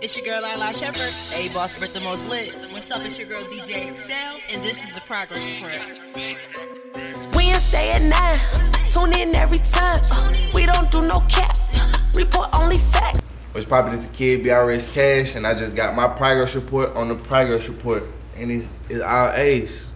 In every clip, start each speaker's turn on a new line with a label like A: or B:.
A: It's your girl Lila Shepherd. Hey, boss, Brit the most lit. What's up? It's your girl DJ Excel, and this is the progress report.
B: Wednesday at 9. Tune in every time. Uh, we don't do no cap. Report only fact.
C: was probably just a kid, BRS Cash, and I just got my progress report on the progress report, and it's, it's our ace.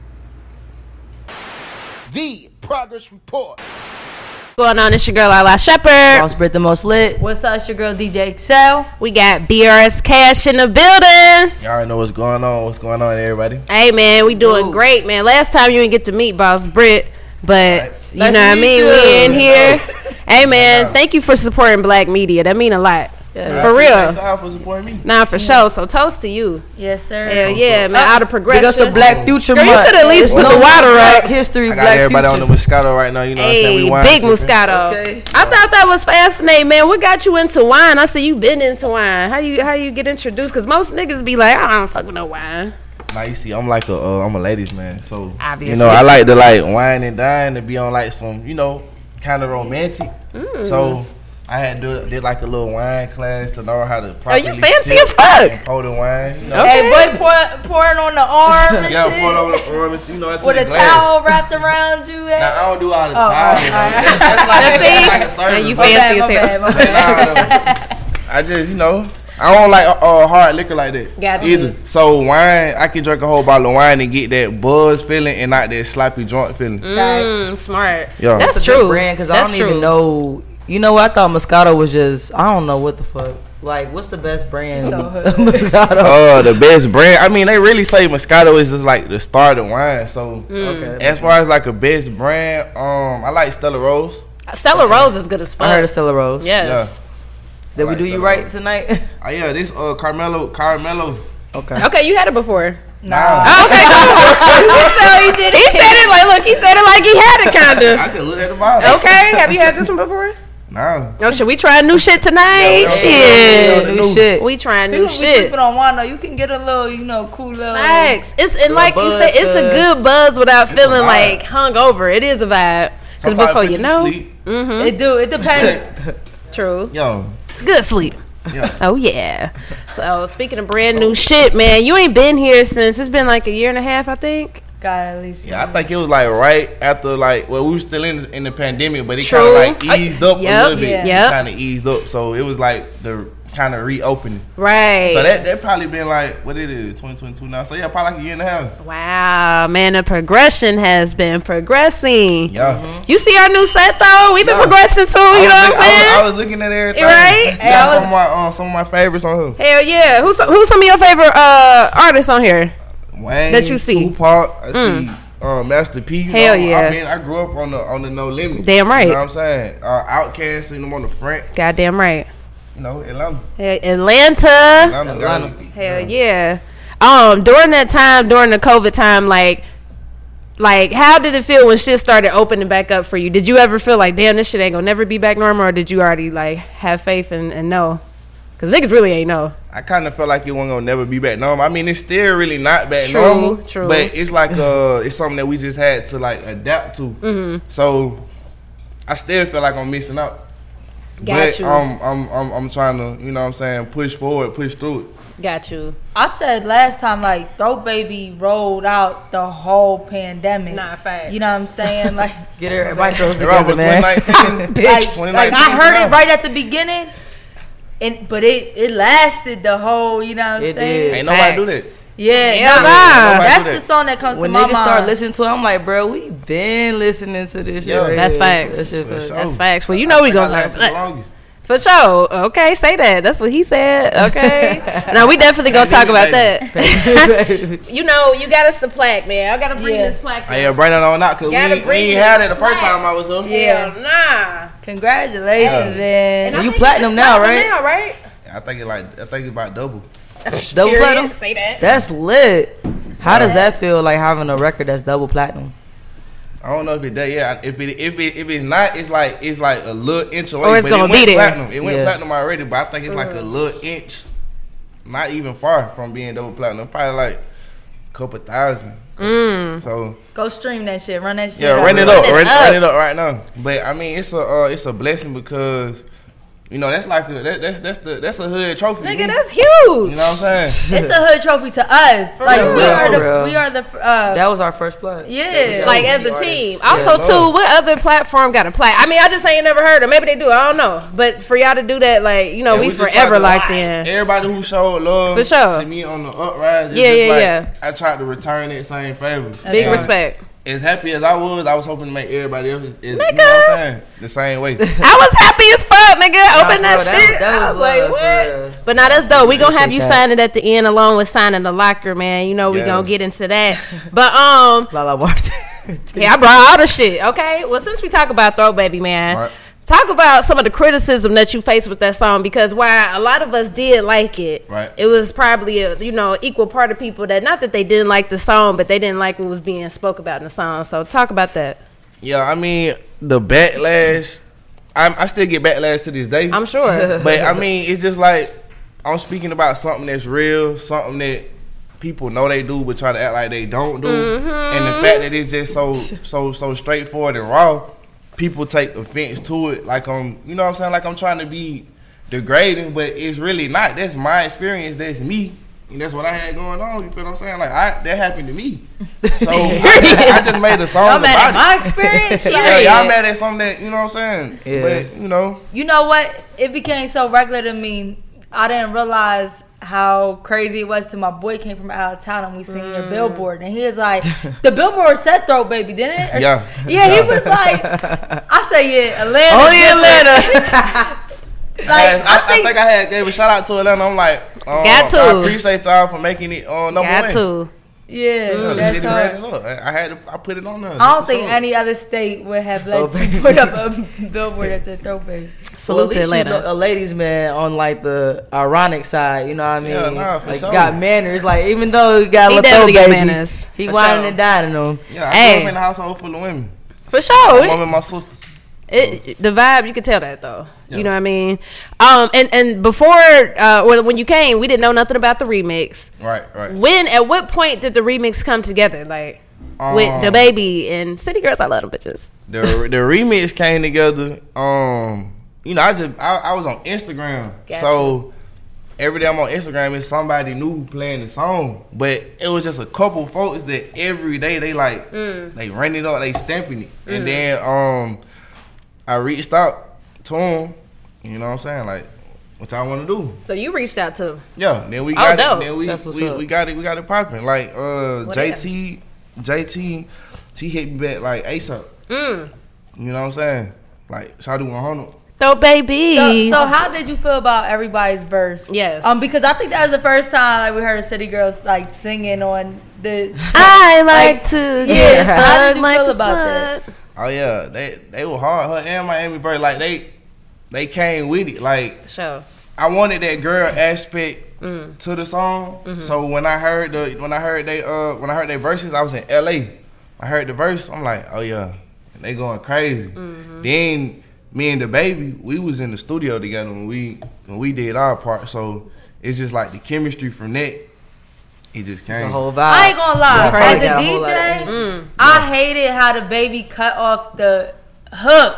D: The progress report.
E: What's going on? It's your girl Lala Shepherd.
F: Boss Brit the most lit.
G: What's up, it's your girl DJ Excel?
E: We got BRS Cash in the building.
C: Y'all already know what's going on. What's going on, everybody?
E: Hey man, we doing great, man. Last time you didn't get to meet Boss Brit, but you know what I mean. We in here. hey man, thank you for supporting Black Media. That mean a lot. for real.
C: Time for supporting me.
E: Nah, for sure. So toast to you.
G: Yes, sir.
E: Hell yeah, man. Out of progression.
F: Because the Black Future
E: Girl, you
F: Month.
E: could at least
F: It's
E: put
F: no
E: the water
F: Black
E: up.
F: History,
C: I got
F: Black
C: everybody
F: Future.
C: on the Moscato right now. You know what I'm saying?
E: Hey,
C: We wine
E: big
C: sipping.
E: Moscato.
F: Okay.
E: I thought that was fascinating, man. What got you into wine? I said you been into wine. How you how you get introduced? Cause most niggas be like, I don't fuck with no wine.
C: Now you see, I'm like a uh, I'm a ladies man, so
E: Obviously.
C: you know I like to like wine and dine and be on like some you know kind of romantic.
E: Mm.
C: So I had do, did like a little wine class to know how to properly.
E: fancy
C: sip
E: as fuck.
C: And pour the wine. You know?
E: Okay.
G: Hey, boy, pour, pouring on the arm and
C: Yeah,
G: shit,
C: pour it over the arm. It's, you know, it's
G: with
C: in
G: a
C: the glass.
G: towel wrapped around you. eh?
C: Now, I don't do all the
G: Oh,
C: time.
G: oh,
C: you know.
G: all right.
E: Now,
C: That's- that's like-
E: see?
C: that's like a service,
E: Now you
C: but-
E: fancy
G: my
E: as hell.
G: bad, my
C: Nah,
G: bad.
C: I don't- I just, you know, I don't like uh, hard liquor like that.
E: Got you.
C: either. So wine, I can drink a whole bottle of wine and get that buzz feeling and not that sloppy joint feeling.
E: Mm, smart.
C: Yeah.
E: That's
C: It's
F: It's a big
E: true.
F: brand because I
E: That's
F: don't
E: true.
F: even know. You know, what? I thought Moscato was just. I don't know what the fuck. Like, what's the best brand? Moscato.
C: Oh, the best brand. I mean, they really say Moscato is just like the start of wine. So
G: Mm.
E: Mm.
F: Okay.
C: as far as like a best brand, um, I like Stella Rose.
E: Stella Rose is good as fuck.
F: I heard of Stella Rose.
E: yes.
F: Did we
C: Like
F: do you
C: Stella
F: right
C: Rose.
F: tonight?
C: Oh yeah, this uh Carmelo Carmelo.
F: okay.
E: Okay, you had it before.
C: Nah.
E: Oh, okay, he did it. He said it like, look, he said it like he had it, kinda.
C: I said look at the bottle.
E: Okay, have you had this one before?
C: Nah.
E: No, should we try new shit tonight?
C: Yeah, we
E: shit,
C: are. We are.
F: New shit.
E: we trying
G: People
E: new
G: be
E: shit.
G: sleeping on wine though. You can get a little, you know, cool little.
E: Facts. It's and
F: Little
E: like you
F: buzz,
E: said, it's a
F: buzz.
E: good buzz without feeling
C: vibe.
E: like hungover. It is a vibe. Cause
C: Somebody
E: before
C: put
E: you
C: to
E: know,
C: sleep.
G: It do. It depends.
E: true.
C: Yo.
E: It's good sleep.
C: Yeah.
E: Oh yeah. So speaking of brand new shit, man, you ain't been here since it's been like a year and a half, I think.
G: God, at least.
C: Yeah, I think it was like right after like well we were still in in the pandemic, but it kind
E: True.
C: of like eased up
E: Yep,
C: a little bit.
E: yeah. Yep.
C: kind of eased up, so it was like the kind of reopening.
E: Right.
C: So that that probably been like what it is twenty twenty two now. So yeah, probably like a year and a half.
E: Mm-hmm. wow, man, the progression has been progressing.
C: Yeah.
E: You see our new set though? We've been
C: Yeah.
E: progressing too. You know
C: I
E: what I'm
C: was look- I was-
E: saying?
C: I was, looking at everything.
E: Right?
C: Got
G: I
C: some of my um, some of my favorites on
E: Hell yeah! Who's who's some of your favorite uh artists on here?
C: here. Wayne,
E: That you see. Mm.
C: Tupac. I see um, Master P. You
E: Hell
C: know,
E: yeah.
C: I mean, I grew up on the on the No Limit.
E: Damn right.
C: You know what I'm saying? Uh, Outcast, seeing them on the front.
E: Goddamn right,
C: You know, Atlanta.
E: Hell, Atlanta.
C: Atlanta. Atlanta.
E: Hell yeah! Um, during that time, during the COVID time, like, like, how did it feel when shit started opening back up for you? Did you ever feel like, damn, this shit ain't gonna never be back normal, or did you already like have faith and, and know? Cause niggas really ain't know.
C: I kind of felt like it wasn't gonna never be back normal. I mean, it's still really not back
E: True,
C: normal,
E: true.
C: but it's like uh, it's something that we just had to like adapt to.
E: Mm-hmm.
C: So I still feel like I'm missing out. but
E: you.
C: Um, I'm I'm I'm trying to you know what I'm saying push forward, push through it.
E: Got you.
G: I said last time, like Throw Baby rolled out the whole pandemic.
E: Nah, facts.
G: You know what I'm saying? Like,
F: Get everybody girls
C: They're over
F: together, man.
C: 2019.
G: like,
C: 2019
G: like I heard it
C: now.
G: right at the beginning, and but it it lasted the whole. You know what I'm
F: It
G: saying?
F: did.
C: Ain't nobody do
E: Facts.
C: that.
G: Yeah,
E: Yeah,
G: nah,
E: nah.
C: Nobody
G: that's
C: do
G: the
C: that.
G: song that comes
F: When
G: to my
F: niggas
G: mind.
F: start listening to it, I'm like, bro, we been listening to this shit.
C: Yeah.
F: right
E: That's
F: here.
E: facts.
F: That shit
C: That's
F: facts.
E: That's
C: Oh.
E: facts. Well, you know we
C: I
E: gonna learn
C: lasted
E: from that.
C: longer.
E: for sure. Okay, say that. That's what he said. Okay. now we definitely gonna talk about that. you know, you got us the plaque, man. I gotta bring
G: Yeah.
E: this plaque.
C: I yeah, bring it on out because we,
E: Gotta
C: ain't- we
E: bring
C: ain't had
E: this
C: it the first
E: back.
C: time I was up.
G: Yeah.
E: Hell nah.
G: Congratulations, man.
F: I-
E: I
F: You
E: think
F: platinum
E: it's
F: now,
E: platinum Now,
F: right?
E: right?
C: I think it like I think it's about double.
F: Double
E: Period.
F: platinum.
E: Say that.
F: That's lit. How does that feel like having a record that's double platinum?
C: I don't know if it that yeah. If it if it if it's not, it's like it's like a little inch away.
E: Or Oh, it's
C: but
E: gonna
C: it
E: be
C: went
E: there.
C: Platinum. It went
F: Yeah.
C: platinum already, but I think it's like a little inch, not even far from being double platinum. Probably like a couple thousand.
E: Mm.
C: So
G: Go stream that shit. Run that shit.
C: yeah,
G: out.
C: run it up,
E: it
C: run,
E: up.
C: run it up right now. But I mean, it's a uh, it's a blessing because you know that's like a, that, that's that's the that's a hood trophy.
E: Nigga, that's huge.
C: you know what I'm saying.
G: It's a hood trophy to us. like we
F: real,
G: are
F: for
G: the
F: real.
G: we are the uh
F: That was our first plaque.
G: yeah.
E: like as a
F: Artists.
E: team.
F: Yeah,
E: Also,
C: love.
E: too, what other platform got a plaque? I mean, I just ain't never heard of. Maybe they do. I don't know. But for y'all to do that, like you know,
C: Yeah,
E: we,
C: just
E: forever
C: tried to-
E: locked in.
C: Everybody who showed love
E: For sure.
C: to me on the uprise, it's
E: Yeah,
C: just
E: yeah,
C: like,
E: yeah.
C: I tried to return that same favor.
E: Big
C: And
E: respect.
C: As happy as I was, I was hoping to make everybody else, is, you know what
E: Nigga.
C: I'm saying, the same way.
E: I was happy as fuck, nigga. Open
F: Nah,
E: that,
F: for real, that
E: shit.
F: was- that
E: I
F: was
E: was
F: love,
E: like,
F: for real.
E: what? But now that's dope. We gonna have you
F: Appreciate that.
E: sign it at the end along with signing the locker, man. You know we
C: Yeah.
E: gonna get into that. But um,
F: Lala Marte.
E: yeah, I brought all the shit. Okay. Well, since we talk about Throw Baby, man.
C: Right.
E: Talk about some of the criticism that you faced with that song because while a lot of us did like it,
C: Right.
E: it was probably a you know equal part of people that not that they didn't like the song, but they didn't like what was being spoke about in the song. So talk about that.
C: yeah, I mean, the backlash, I'm, I still get backlash to this day.
E: I'm sure.
C: But I mean, it's just like I'm speaking about something that's real, something that people know they do, but try to act like they don't do. And the fact that it's just so
E: Mm-hmm.
C: so so straightforward and raw, people take offense to it. Like I'm, you know, what I'm saying, like I'm trying to be degrading, but it's really not. That's my experience. That's me. And that's what I had going on. You feel what I'm saying? Like I, that happened to me. So I, just- I just made a song
G: I'm mad
C: about
G: at
C: it.
G: my experience.
C: yeah,
G: Like,
C: y'all mad at something that you know what I'm saying?
F: Yeah.
C: But you know,
G: you know what? It became so regular to me. I didn't realize how crazy it was till my boy came from out of town and we seen
C: Mm.
G: your billboard and he was like, "The billboard said throat baby, didn't it?" Or-
C: Yeah. Oh,
G: yeah. He was like, "I say yeah, Atlanta."
F: Only
G: different."
F: Oh, Atlanta.
G: Like,
C: Yes, I, I, think,
G: I
C: I
G: think
C: had gave a shout out to Atlanta. I'm like, um,
E: Got to.
C: I appreciate y'all for making it on number
E: Got
C: one.
E: to.
G: yeah,
C: Yeah, the
G: that's
C: city
G: hard.
C: ran it up. I, I had to, I put it on there.
G: I don't
C: Just to
G: think
C: show it.
G: any other state would have let
F: Throw
G: you
F: baby.
G: put up a billboard that said throat baby.
E: Salute
F: Well, at
E: to
F: least
E: Atlanta.
F: you know, a ladies man on like the ironic side, you know what I mean?
C: Yeah, nah, for
F: like
C: sure.
F: got manners. Like even though he got
E: He
F: little
E: definitely got
F: babies,
E: manners.
F: he
C: For
F: whining
C: sure.
F: and dining them.
C: Yeah, I
E: Hey.
C: grew up in a household full of women.
E: For sure.
C: My mom and my sisters.
E: It, the vibe, you could tell that though.
C: Yeah.
E: You know what I mean? Um, and and before, uh, or when you came, we didn't know nothing about the remix.
C: Right, right.
E: When at what point did the remix come together? Like with
C: Um,
E: the baby and City Girls, I love them bitches.
C: the the remix came together. Um, you know, I just I, I was on Instagram,
E: Gotcha.
C: so every day I'm on Instagram, it's somebody new playing the song. But it was just a couple folks that every day they like they ran it up, they stamping it, and then um, I reached out to them. You know what I'm saying? Like, what y'all want to do?
E: So you reached out to
C: Yeah. Then we
E: Oh,
C: got
E: dope.
C: it. Then we,
F: That's what's
C: we,
F: up.
C: we got it. We got it popping. Like uh,
E: What
C: JT, JT, she hit me back like ASAP.
E: Mm.
C: You know what I'm saying? Like shout out to 100.
E: Throw Baby.
G: So, so how did you feel about everybody's verse?
E: Yes.
G: Um, because I think that was the first time like we heard City Girls like singing on the.
E: I like,
G: like-
E: to.
G: Yeah,
E: get
G: how did
E: hung
G: you
E: like
G: feel
E: a
G: about
E: slut.
C: Oh yeah, they they were hard. Her and Miami Bird, like they they came with it. Like
E: Sure.
C: I wanted that girl aspect to the song. So when I heard the when I heard they uh when I heard their verses, I was in LA. I heard the verse, I'm like, oh yeah, they going crazy. Then me and the baby, we was in the studio together when we when we did our part. So it's just like the chemistry from that, it just came.
F: The whole vibe.
G: I ain't gonna lie.
F: Yeah,
G: As
F: probably got a whole
G: a
F: lot
E: Mm.
G: DJ, I hated how the baby cut off the hook.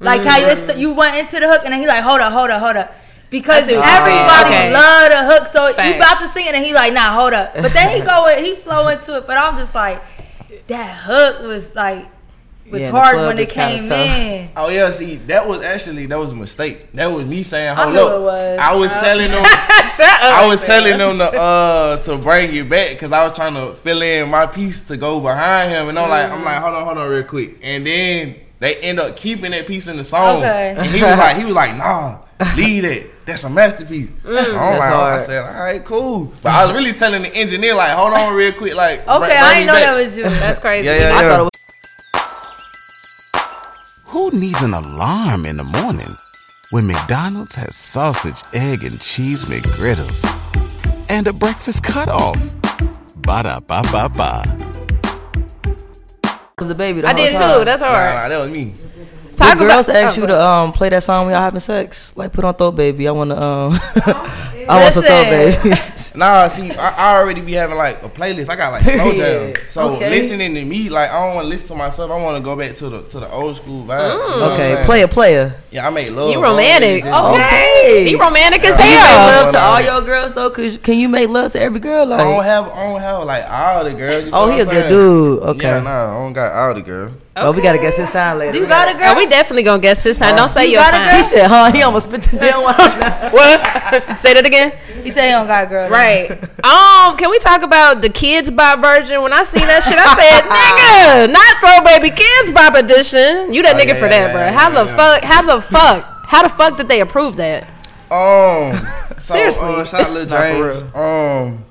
G: Like how it's
E: Mm.
G: the, you went into the hook and then he like, hold up, hold up, hold up. Because
E: I see
G: everybody
E: what you're saying. Okay.
G: love the hook, so you
E: Facts.
G: about to sing it and he like, nah, hold up. But then he go in- he flow into it, but I'm just like, that hook was like was
F: Yeah, the
G: hard
F: club
G: when
F: is
G: it
F: kinda
G: came
F: tough.
G: in.
C: Oh yeah, see, that was actually that was a mistake. That was me saying, "Hold
G: knew
C: up."
G: it was.
C: I was telling them, I was telling them to uh to bring you back because I was trying to fill in my piece to go behind him, and I'm like, I'm
G: Mm.
C: like, hold on, hold on, real quick, and then they end up keeping that piece in the song,
G: Okay.
C: and he was like, he was like, nah, leave it. That's a masterpiece.
G: Mm.
C: So I'm
F: That's
C: like, I
F: hard.
C: said, all right, cool. But I was really telling the engineer, like, hold on, real quick, like, br-
G: Okay,
C: bring
G: I
C: me
G: didn't know
C: back.
G: that was you.
E: That's crazy.
C: Yeah, yeah,
F: I
C: yeah.
F: thought it was
H: Who needs an alarm in the morning when McDonald's has sausage, egg, and cheese McGriddles and a breakfast cutoff? Ba da ba ba ba.
F: the baby. The
E: I
F: whole
E: did
F: time.
E: too. That's
C: Nah,
E: hard.
C: nah, that was me.
F: The
E: Talk
F: girls
E: about-
F: asked
E: oh,
F: you
E: go
F: to um play that song we all having sex. Like put on throw baby. I wanna um I want some throw
G: Listen.
F: baby.
C: Nah, see, I, I already be having like a playlist. I got like slow jam.
F: Period.
C: So
F: Okay.
C: listening to me, like I don't want to listen to myself. I want to go back to the to the old school vibe. you know what I'm
F: Mm. okay,
C: saying?
F: player, player.
C: Yeah, I make love.
E: You romantic.
C: bro.
E: Okay.
F: Okay.
E: He romantic as
F: You make
E: hell.
F: love to all your girls though, cause can you make love to every girl?
C: I don't
F: Like,
C: have, I don't have like all the girls. you know
F: oh,
C: what
F: he a
C: Oh, I'm
F: good
C: saying?
F: dude. Okay.
C: Yeah, nah, I don't got all the girls.
F: Oh, we gotta guess his sign later.
G: You got a girl?
E: Oh, we definitely gonna guess his sign. Don't say
G: You
E: your
G: got a
E: sign.
G: girl?
F: He said, huh? He almost spit the damn wine.
E: What? say that again.
G: He said he don't got a girl.
E: Right. Um. Can we talk about the kids bop version? When I seen that shit, I said, "Nigga, not throw baby kids bop edition." You that
C: Oh,
E: nigga
C: yeah,
E: for
C: yeah,
E: that,
C: yeah,
E: bro.
C: yeah,
E: how
C: yeah,
E: the
C: yeah.
E: fuck? How the fuck? How the fuck did they approve that?
C: Um, so,
E: Seriously.
C: uh, shout out Lil
F: Nah, for
C: James. Um,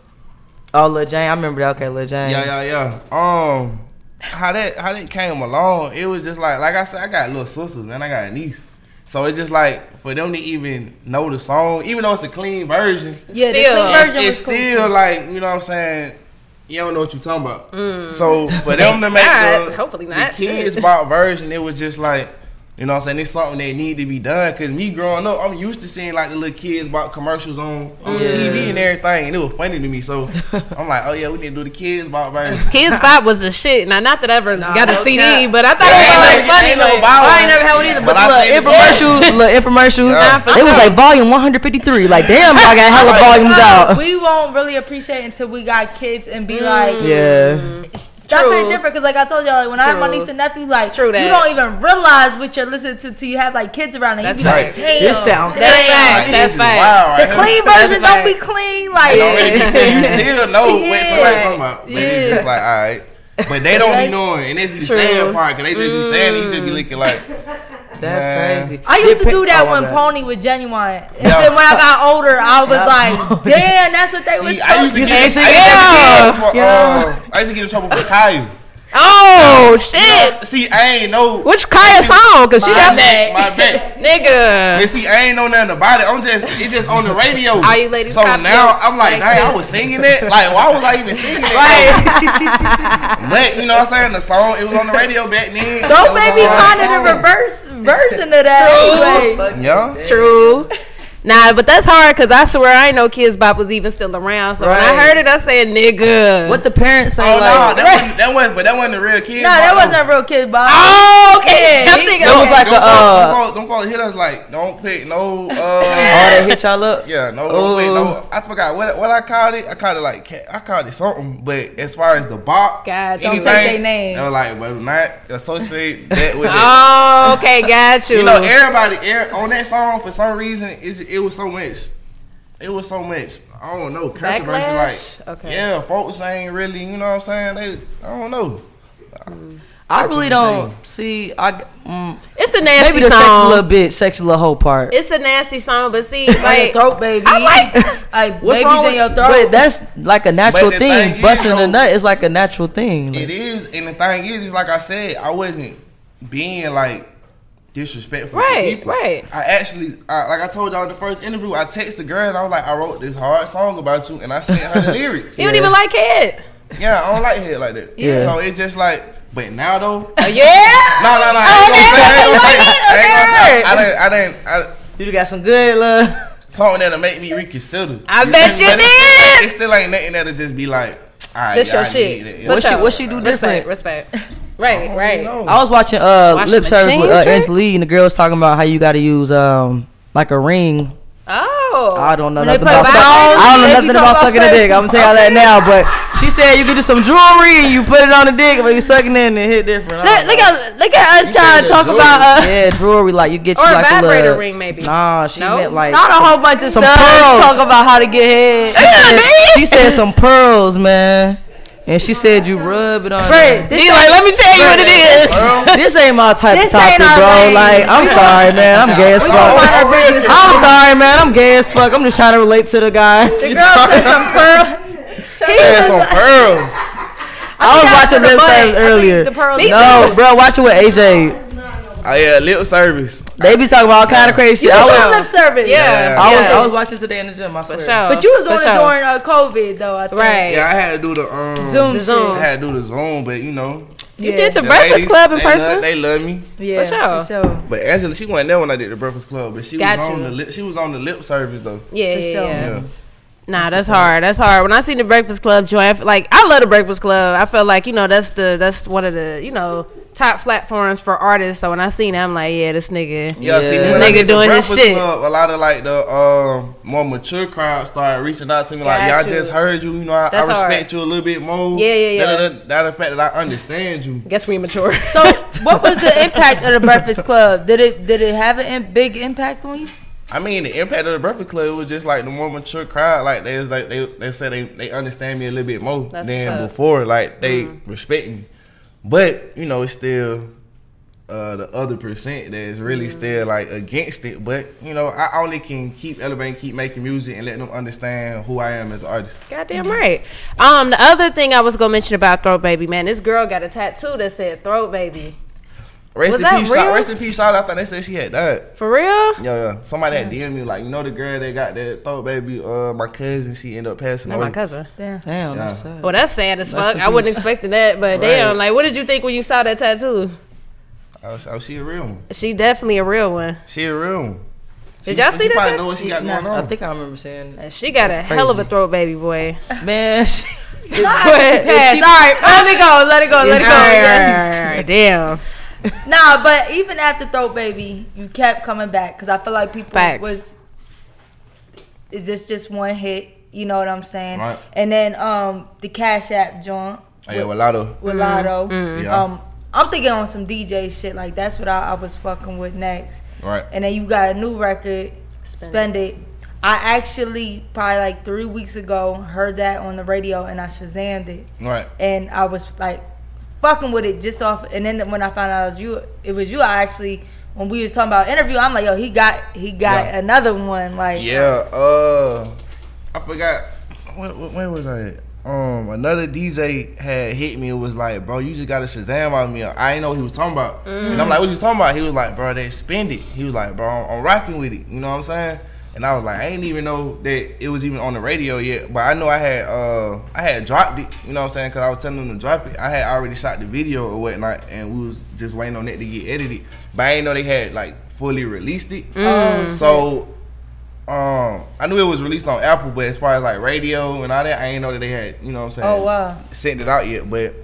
F: oh, Lil Jane. I remember that. Okay, Lil Jane.
C: yeah, yeah, yeah. Um, how that how that came along? It was just like like I said, I got little sisters and I got a niece. So it's just like for them to even know the song, even though it's a clean version,
G: Yeah, the
E: Still.
G: clean
E: It's-
G: version
C: it's
G: was cool.
C: still like you know what I'm saying. You don't know what you're talking about. So for them to make
E: God,
C: the,
E: hopefully
C: the
E: not, shit.
C: kids bought version, it was just like. You know what I'm saying? It's something that need to be done. Cause me growing up, I'm used to seeing like the little kids bought commercials on, on TV and everything, and it was funny to me. So I'm like, oh yeah, we need to do the kids bought version.
E: Kids bop was the shit. Now, not that I ever got a
F: no
E: CD,
F: cap.
E: but I thought
C: Yeah,
E: it was
C: ain't
E: always
C: no-
E: funny.
C: ain't no
E: like, oh,
C: bop.
F: I ain't never had one either, but,
C: But I
F: look,
C: seen it.
F: infomercial, look, infomercial.
C: Nah,
E: for
F: It was
E: sure.
F: like volume 153. Like, damn, y'all got hella volumes out.
G: We won't really appreciate until we got kids and be like,
F: Yeah.
G: Stuff
E: True.
G: is different because, like I told y'all, like, when I had my
E: True.
G: niece and nephew, like
E: True that.
G: you don't even realize what you're listening to till you have like kids around, and
E: That's
G: you be
E: right.
G: like, "Damn,
F: This sound
E: that's
G: damn."
E: facts. That's
C: This is
E: facts.
C: wild
G: The
C: right
G: clean
E: That's
G: version don't be
E: facts.
C: It
G: clean,
C: don't
G: like
C: really care. you still know what somebody's
G: Yeah.
C: talking about, but
G: Yeah.
C: it's just like all right. But they don't
G: Right.
C: be knowing, and it's the
E: True.
C: sad part because they just be saying it, you just be looking like
F: That's
C: Man.
F: crazy.
G: I used
F: Did
G: to
F: pa-
G: do that
F: oh, my
G: when
F: bad.
G: Pony was genuine. And
C: Yeah.
G: then when I got older, I was like, damn, that's what they was
C: See, I used to get,
G: talking about.
C: I
F: Yes,
C: used
E: yeah.
C: to get in trouble for, uh, I used to get in trouble for Caillou.
E: Oh shit!
C: uh, See, I ain't know
E: Which Kaya song? Cause she got that,
C: my back.
E: nigga.
C: And see, I ain't know nothing about it. I'm just it's just on the radio.
E: All you ladies
C: so
E: copy
C: now
E: it.
C: I'm like,
E: Like
C: dang, I
E: this.
C: was singing it. Like, why was I even singing it? but you know what I'm saying? The song it was on the radio back then.
E: Oh,
G: Don't make me
C: kind
G: kind of the reverse version of that. anyway.
C: of yeah.
E: True. Nah, but that's hard because I swear I ain't know Kids Bop was even still around. So when I
F: Right.
E: heard it, I said, "Nigga."
F: What the parents say,
C: Oh
F: like,
C: no, that wasn't that wasn't but that wasn't the real kid.
G: No, that wasn't real kid Bob.
E: Oh, okay.
G: Yeah,
E: I'm
G: he-
E: thinking
F: That was
E: okay.
F: like
C: Don't
F: a,
C: folks-
F: uh,
C: don't folks- don't folks hit us like don't pick no
F: oh,
C: uh
F: they hit y'all up?
C: yeah no
F: Oh.
C: don't pick no I forgot what what I called it I called it like ca- I called it something but as far as the bop
E: God, don't
G: take they name.
C: they were like but not associate that with it.
E: Oh, okay, got you.
C: You know everybody air, on that song for some reason it it was so much it was so much I don't know controversy
E: Backlash?
C: like
E: Okay.
C: yeah folks ain't really you know what I'm saying they I don't know
F: I really don't see. I mm,
E: it's a nasty
F: maybe the
E: song.
F: sexy little bitch, sexy little hoe part.
E: it's a nasty song, but see,
G: Like
E: like,
G: your throat, baby.
E: I like-
G: like
F: What's
G: babies
F: wrong
G: in
F: with
G: your throat.
F: But that's like a natural
C: the
F: thing.
C: thing is,
F: Busting
C: though-
F: a nut is like a natural thing. Like,
C: It is, and the thing is, is like I said, I wasn't being like disrespectful. to
E: Right,
C: people.
E: right.
C: I actually, I, like I told y'all in the first interview, I texted the girl and I was like, I wrote this hard song about you, and I sent her the lyrics.
E: you don't even like it.
C: Yeah, I don't like head like that.
F: Yeah.
C: So it's just like, but now though.
E: Oh, yeah.
C: No, no,
E: Oh,
C: no. I
E: okay,
C: ain't gonna say- I ain't
E: okay,
C: gonna say- I ain't gonna
E: okay.
C: say- I didn't. I didn't. I,
F: you got some good love.
C: something that'll make me reconsider.
E: I bet you
C: But
E: did.
C: It still ain't nothing that'll just be like, all right,
E: That's
C: yeah,
E: your
C: I
E: shit.
C: need it.
E: For
F: What she
E: sure.
F: what she do
E: Respect,
F: different?
E: respect. Right, right.
F: I was watching uh
E: Washing
F: lip service
E: machine
F: with uh,
E: trick?
F: Angela Lee and the girl was talking about how you got to use um like a ring
E: Oh,
G: called?
F: I don't know
G: When they
F: nothing
G: play
F: about sucking.
G: volleyball,
F: I don't know
G: they be
F: nothing
G: talking
F: about sucking a dick. I'm gonna tell y'all that now. But she said you could do some jewelry and you put it on the dick, but you sucking it and it hit different. I don't
G: Look, look
F: know.
G: at look at us trying to
D: said
G: talk
D: jewelry.
G: about uh,
F: yeah, jewelry like you get you
E: Or a
F: like a
E: vibrator
F: little-
E: ring, maybe.
F: Nah, she
E: No?
F: meant like
G: not a whole bunch of
F: some
G: stuff.
F: pearls.
G: Talk about how to get
F: She
G: head.
F: said, she said some pearls, man. And she said you rub it on.
G: Right,
F: there.
G: this
E: He like, let me tell you what it is.
F: This ain't my type
G: This
F: of topic,
G: ain't our
F: bro.
G: lane.
F: Like, I'm sorry, man. I'm gay as
G: We gonna mind
F: fuck.
G: our business.
F: I'm sorry, man. I'm gay as fuck. I'm just trying to relate to the guy.
G: The girl said some pearl. He
D: Had
G: was
D: some
G: like-
D: pearls.
F: I was watching
G: the
F: lip
G: butt.
F: service
G: I think
F: earlier.
G: the pearls-
F: No, bro, watch it with AJ.
D: Oh yeah, lip service.
F: They be talking about all kind of crazy shit. I was,
G: lip service.
E: Yeah.
F: I was,
E: Yeah.
F: I was watching today in the gym. I swear.
E: For sure.
G: But you was
E: For
G: on it
E: sure.
G: during uh, COVID though. I think.
E: Right.
D: Yeah, I had to do the um.
G: Zoom.
E: The
G: shit.
E: Zoom.
D: I had to do the Zoom, but you know,
E: You
G: Yeah.
E: did the,
D: the
E: Breakfast
D: ladies,
E: Club in
D: they
E: person.
D: Love, they love me,
G: Yeah.
E: For sure.
G: sure.
D: but Angela, she wasn't there when I did the Breakfast Club, but she
E: Got
D: was on
E: you.
D: the lip. She was on the lip service though.
E: yeah,
G: For
E: yeah,
G: sure.
E: yeah.
D: Yeah.
E: Nah, that's hard. That's hard. When I seen the Breakfast Club joint, I f- like I love the Breakfast Club. I felt like you know that's the that's one of the you know top platforms for artists. So when I seen it, I'm like, yeah, this nigga.
D: Yeah, see,
F: Yeah.
D: when I
E: Nigga
D: did the
E: doing his
D: Breakfast
E: shit.
D: Club, a lot of like the um, more mature crowd started reaching out to me,
E: Got
D: like, y'all
E: you.
D: just heard you, you know, I, I
E: That's hard.
D: respect you a little bit more.
E: Yeah, yeah, yeah.
D: Da, da, da, da, the fact that I understand you.
E: Guess we mature.
G: So, what was the impact of the Breakfast Club? Did it did it have an im- big impact on you?
D: I mean, the impact of the Breakfast Club was just like the more mature crowd. Like they was like they they said they, they understand me a little bit more
E: That's what's
D: than
E: up. Mm-hmm.
D: before. Like they respect me, but you know it's still uh, the other percent that is
E: Mm-hmm.
D: really still like against it. But you know I only can keep elevating, keep making music, and letting them understand who I am as an artist.
E: Goddamn right. Um, the other thing I was gonna mention about Throat Baby, man, this girl got a tattoo that said Throat Baby.
D: Rest
E: Was
D: in
E: that
D: peace.
E: real?
D: Shout, rest in peace. Shout out. I think they said she had died.
E: For real?
D: Yeah, yeah. Somebody had DM me like, you know the girl that got that throat baby. Uh, my cousin. She ended up passing
E: Not
D: away.
E: Oh, my cousin.
F: Damn, that's sad.
E: Well, that's sad as
F: That's
E: fuck.
F: a
E: I wasn't
F: piece.
E: expecting that, but
D: Right.
E: damn, like, what did you think when you saw that tattoo?
D: I was, I was- Oh, she a real one.
E: She definitely a real one.
D: She a real one.
E: Did y'all
D: she
E: see that
D: Probably
E: tattoo?
D: know what she got going
F: I
D: on.
F: think I remember saying that.
E: And She got a
F: That's
E: hell of a
F: crazy.
E: throat baby boy.
F: Man, she,
G: Pass. All right, let it go. Let it go. Let it go.
E: Arr, Damn.
G: Nah, but even after Throat Baby, you kept coming back because I feel like people
E: Facts.
G: was. Is this just one hit? You know what I'm saying?
D: Right.
G: And then um the Cash App joint
D: Oh, yeah, well, a lot of
G: with Lotto.
E: Mm-hmm.
D: Yeah.
G: Um, I'm thinking on some DJ shit. Like that's what I, I was fucking with next.
D: Right.
G: And then you got a new record, Spend,
E: Spend
G: it. I actually probably like three weeks ago heard that on the radio and I shazammed it
D: right.
G: and I was like fucking with it just off. And then when I found out it was you, it was you. I actually when we was talking about interview, I'm like, yo, he got he got
D: Yeah.
G: another one. Like
D: Yeah. Uh, I forgot. When, when was I? At? Um, another DJ had hit me. It was like, bro, you just got a Shazam on me. I ain't know what he was talking about.
E: Mm.
D: And I'm like, what you talking about? He was like, bro, they spend it. He was like, bro, I'm, I'm rocking with it. You know what I'm saying? And I was like, I ain't even know that it was even on the radio yet. But I know I had uh I had dropped it. You know what I'm saying? Because I was telling them to drop it. I had already shot the video or whatnot, and we was just waiting on it to get edited. But I ain't know they had like fully released it. So um, I knew it was released on Apple, but as far as like radio and all that, I ain't know that they had, you know what I'm saying?
G: Oh, wow.
D: Sent it out yet, but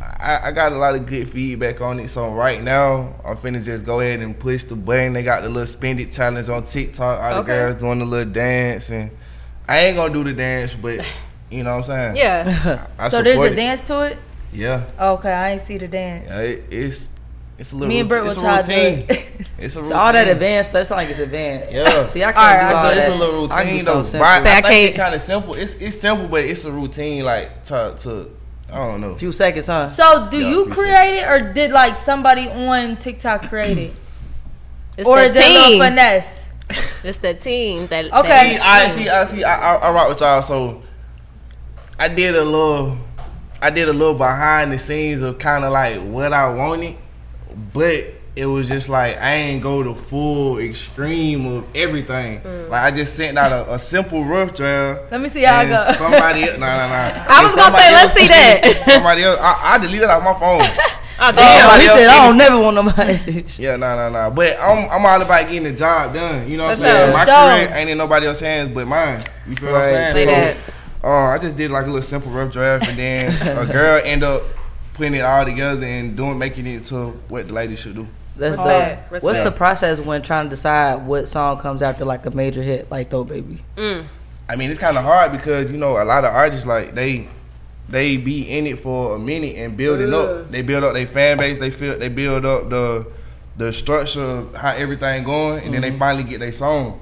D: I, I got a lot of good feedback on it. So right now, I'm finna just go ahead and push the button. They got the little spend it challenge on TikTok. All the
E: Okay.
D: girls doing the little dance, and I ain't gonna do the dance, but you know what I'm saying?
E: Yeah.
D: I
G: so there's
D: support
G: a
D: it.
G: dance to it.
D: Yeah,
G: Okay, I ain't see the dance.
D: Yeah, it- it's it's a little.
G: Me and Britt
D: it's
G: will
D: a
G: try to do
D: routine.
G: it.
D: It's a routine.
F: all that advanced. That's not like it's advanced.
D: Yeah.
F: See, I can't
G: All right,
F: do
G: so
F: all
D: So
F: that.
D: it's a little
F: I can do
D: routine
F: something
D: though.
F: simple.
D: But I, I
E: Say I
D: think
E: can't-
D: it's kind of simple. It's it's simple, but it's a routine like to to I don't know.
F: few seconds, huh?
G: So do
D: Yeah,
G: you
D: appreciate
G: create it or did like somebody on TikTok create it?
E: It's
G: or
E: that
G: is it a little
E: team.
G: finesse?
E: It's that team. That
G: Okay.
E: that-
D: See, I see, I see, I, I, I rock with y'all. So I did a little, I did a little behind the scenes of kind of like what I wanted, but it was just like I ain't go the full extreme of everything.
E: Mm.
D: Like I just sent out a, a simple rough draft.
G: Let me see how I
D: and
G: go.
D: Somebody, el- nah, nah, nah.
E: I
D: And
E: was gonna
D: somebody
E: say, let's
D: else
E: see
D: finished-
E: that.
D: somebody else, I, I deleted out my phone.
E: Oh, damn.
F: Damn,
D: Nobody
F: he
D: else
F: said I
D: can-
F: don't never want nobody. shit.
D: Yeah, nah, nah, nah. But I'm, I'm all about getting the job done. You know what
E: For
D: I'm saying?
E: sure.
D: My
G: Sure.
D: career ain't in nobody else's hands but mine. You feel what
F: Right.
D: I'm
E: Say
D: saying? So, uh, I just did like a little simple rough draft, and then a girl end up putting it all together and doing making it to what the lady should do.
F: That's
E: Respect,
F: dope.
E: respect.
F: What's the process when trying to decide what song comes after like a major hit, like "Though Baby"?
D: I mean, it's kind of hard because you know a lot of artists like they they be in it for a minute and building up. They build up their fan base. They feel they build up the the structure of how everything going, and then they finally get their song.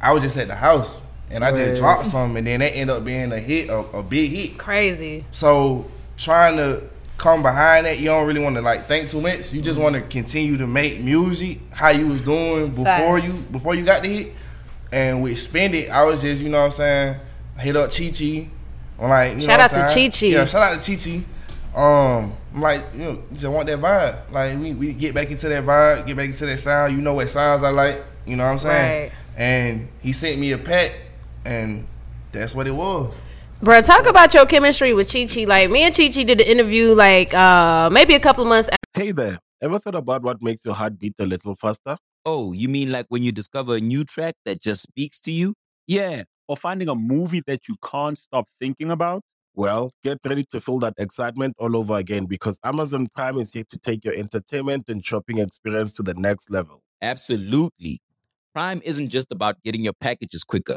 D: I was just at the house and I
F: Right.
D: just dropped some, and then that end up being a hit, a, a big hit.
E: Crazy.
D: So trying to come behind that, you don't really want to like think too much. You
E: Mm-hmm.
D: just want to continue to make music how you was doing before
G: Facts.
D: you before you got the hit. And with spend it, I was just you know what I'm saying hit up Chi Chi. I'm like you
E: Shout
D: know
E: out
D: what I'm
E: to
D: saying?
E: Chi Chi.
D: Yeah, shout out to Chi Chi. Um, I'm like you know you just want that vibe. Like we we get back into that vibe, get back into that sound. You know what sounds I like. You know what I'm saying.
E: Right.
D: And he sent me a pack, and that's what it was.
E: Bro, talk about your chemistry with Chi Chi. Like me and Chi Chi did an interview like uh maybe a couple of months
C: Hey there. Ever thought about what makes your heart beat a little faster?
I: Oh, you mean like when you discover a new track that just speaks to you?
C: Yeah. Or finding a movie that you can't stop thinking about? Well, get ready to feel that excitement all over again because Amazon Prime is here to take your entertainment and shopping experience to the next level.
I: Absolutely. Prime isn't just about getting your packages quicker.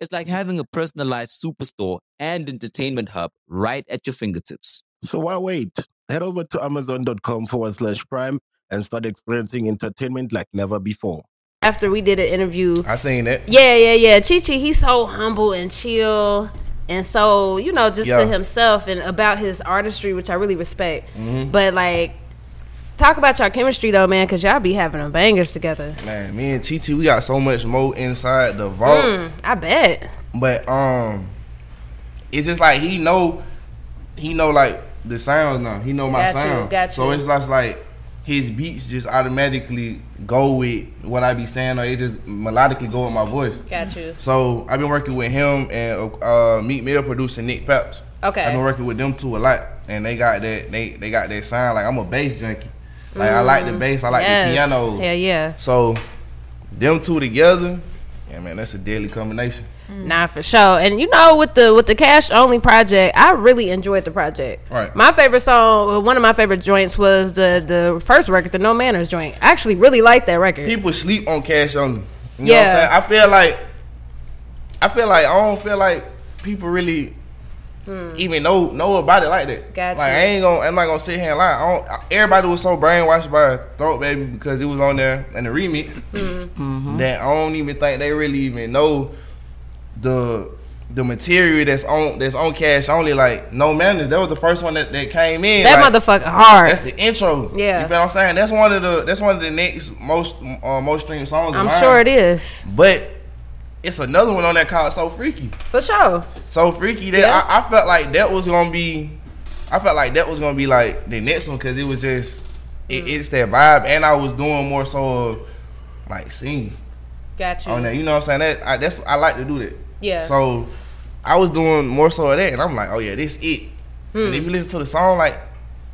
I: It's like having a personalized superstore and entertainment hub right at your fingertips.
C: So why wait? Head over to amazon.com forward slash prime and start experiencing entertainment like never before.
E: after we did an interview.
D: I seen that.
E: Yeah, yeah, yeah. Chi Chi, he's so humble and chill. And so, you know, just
D: Yeah.
E: to himself and about his artistry, which I really respect.
D: Mm-hmm.
E: But like talk about y'all chemistry though, man, cause y'all be having them bangers together.
D: Man, me and Chi Chi, we got so much more inside the vault.
E: Mm, I bet.
D: But um it's just like he know he know like the sounds now. He know my
E: Got you,
D: sound.
E: got
D: So
E: you.
D: it's just like his beats just automatically go with what I be saying or it just melodically go with my voice.
E: Got you.
D: So I've been working with him and uh, Meat Mill producer Nick Peps.
E: Okay.
D: I've been working with them two a lot, and they got that they they got that sound. Like I'm a bass junkie. Like I like the bass. I like the piano.
E: Yeah, yeah.
D: So them two together, yeah, man, that's a deadly combination.
E: Nah, for sure. And you know, with the with the cash only project, I really enjoyed the project.
D: Right.
E: My favorite song, well, one of my favorite joints was the the first record, the No Manners joint. I actually really liked that record.
D: People sleep on cash only. You know
E: Yeah.
D: what I'm saying? I feel like I feel like I don't feel like people really even know know about it like that.
E: Hmm. Gotcha.
D: Like I ain't gonna I'm not gonna sit here and lie. I don't, I- everybody was so brainwashed by Throat Baby because it was on there and the remix
E: Hmm.
D: that I don't even think they really even know the the material that's on that's on cash only. Like no manners. That was the first one that, that came in.
E: that
D: like,
E: motherfucker hard.
D: That's the intro.
E: Yeah.
D: you know what I'm saying. That's one of the that's one of the next most uh, most streamed songs.
E: I'm sure it is.
D: But it's another one on that called "So Freaky."
E: For sure.
D: So Freaky. That
E: Yeah.
D: I, I felt like that was gonna be, I felt like that was gonna be like the next one because it was just
E: Mm.
D: it, it's that vibe, and I was doing more so of like singing
E: Got you.
D: on that. You know what I'm saying? That I, that's I like to do that.
E: Yeah.
D: So I was doing more so of that, and I'm like, oh yeah, this it. And
E: Hmm.
D: if you listen to the song, like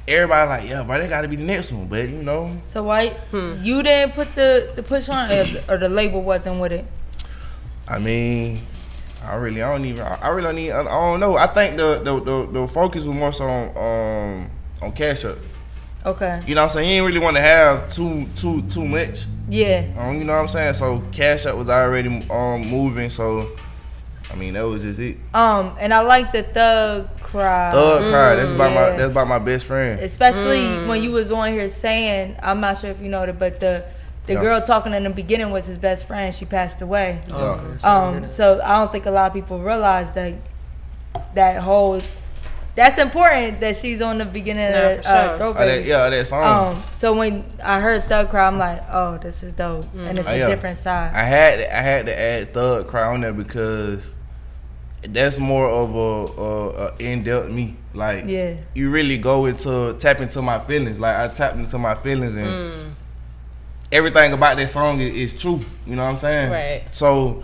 D: everybody like, yeah, bro, that got to be the next one. But you know,
G: So why
E: Hmm.
G: you didn't put the, the push on it, or the label wasn't with it?
D: I mean, I really, I don't even, I I really don't even, I don't know. I think the the the, the focus was more so on um on cash up.
G: Okay.
D: You know what I'm saying? You ain't really want to have too too too much.
G: Yeah.
D: Um, you know what I'm saying? So cash up was already um moving. So I mean, that was just it.
G: Um, and I like the thug cry.
D: Thug cry. That's about my
G: yeah.
D: that's about my best friend.
G: Especially
E: Mm.
G: when you was on here saying, I'm not sure if you know that, but the the
D: Yeah.
G: girl talking in the beginning was his best friend. She passed away.
E: Oh,
D: Yeah.
G: Um, so I don't think a lot of people realize that that whole that's important that she's on the beginning
E: Nah,
G: of
E: for
G: the uh,
E: sure.
G: Throw
D: Oh, that,
G: Baby.
D: yeah, that song.
G: Um, so when I heard Thug Cry, I'm like, oh, this is dope, and it's
E: Mm.
D: Oh,
G: a
D: yeah.
G: different side.
D: I had to, I had to add Thug Cry on there because that's more of a, a, a in depth me. Like
G: Yeah.
J: Mm.
D: you really go into tap into my feelings. Like I tapped into my feelings and everything about that song is, is true. You know what I'm saying?
J: Right.
D: So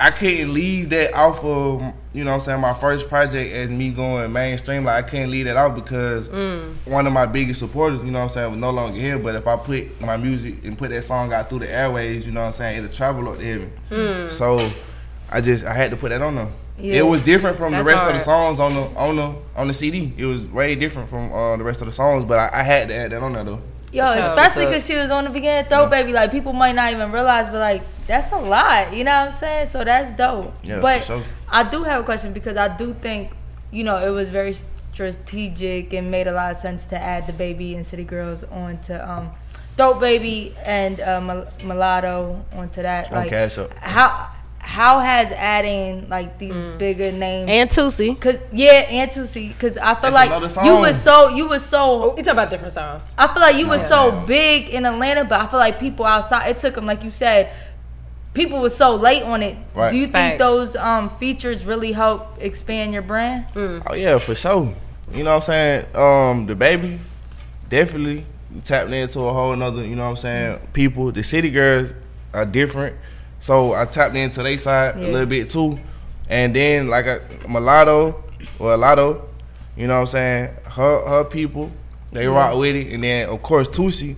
D: I couldn't leave that off of you know what I'm saying my first project as me going mainstream. Like I can't leave that off because
J: Mm.
D: one of my biggest supporters, you know what I'm saying, was no longer here. But if I put my music and put that song out through the airways, you know what I'm saying, it'll travel up to heaven.
J: Mm.
D: So I just I had to put that on there.
J: Yeah.
D: It was different from
J: That's
D: the rest
J: hard.
D: of the songs on the on the on the CD. It was way different from uh, the rest of the songs, but I, I had to add that on there though.
G: Yo, especially because she was on the beginning throw baby. Like people might not even realize, but like that's a lot. You know what I'm saying? So that's dope.
D: Yeah,
G: but
D: for sure.
G: I do have a question because I do think you know it was very strategic and made a lot of sense to add the baby and city girls onto um, dope baby and uh, Mul- mulatto onto that.
D: On
G: Like
D: Cash App.
G: how. How has adding like these bigger names
E: And Tootsie.
G: cause yeah, and Tootsie, cause I feel
E: That's another
G: like you
E: song.
G: was so you was
D: Oh,
G: so
J: it's about different songs.
G: I feel like you was
J: Yeah.
G: so big in Atlanta, but I feel like people outside it took them, like you said, people were so late on it.
D: Right.
G: Do you
D: Facts.
G: think those um, features really help expand your brand?
E: Mm,
D: Oh yeah, for sure. You know what I'm saying? Um, the baby definitely tapped into a whole another. You know what I'm saying? People, the city girls are different, so I tapped into their side
J: Yeah.
D: a little bit too. And then like I, mulatto, well, lotto. You know what I'm saying? Her her people, they
C: Mm.
J: Yeah.
D: rock with it. And then of course Tusi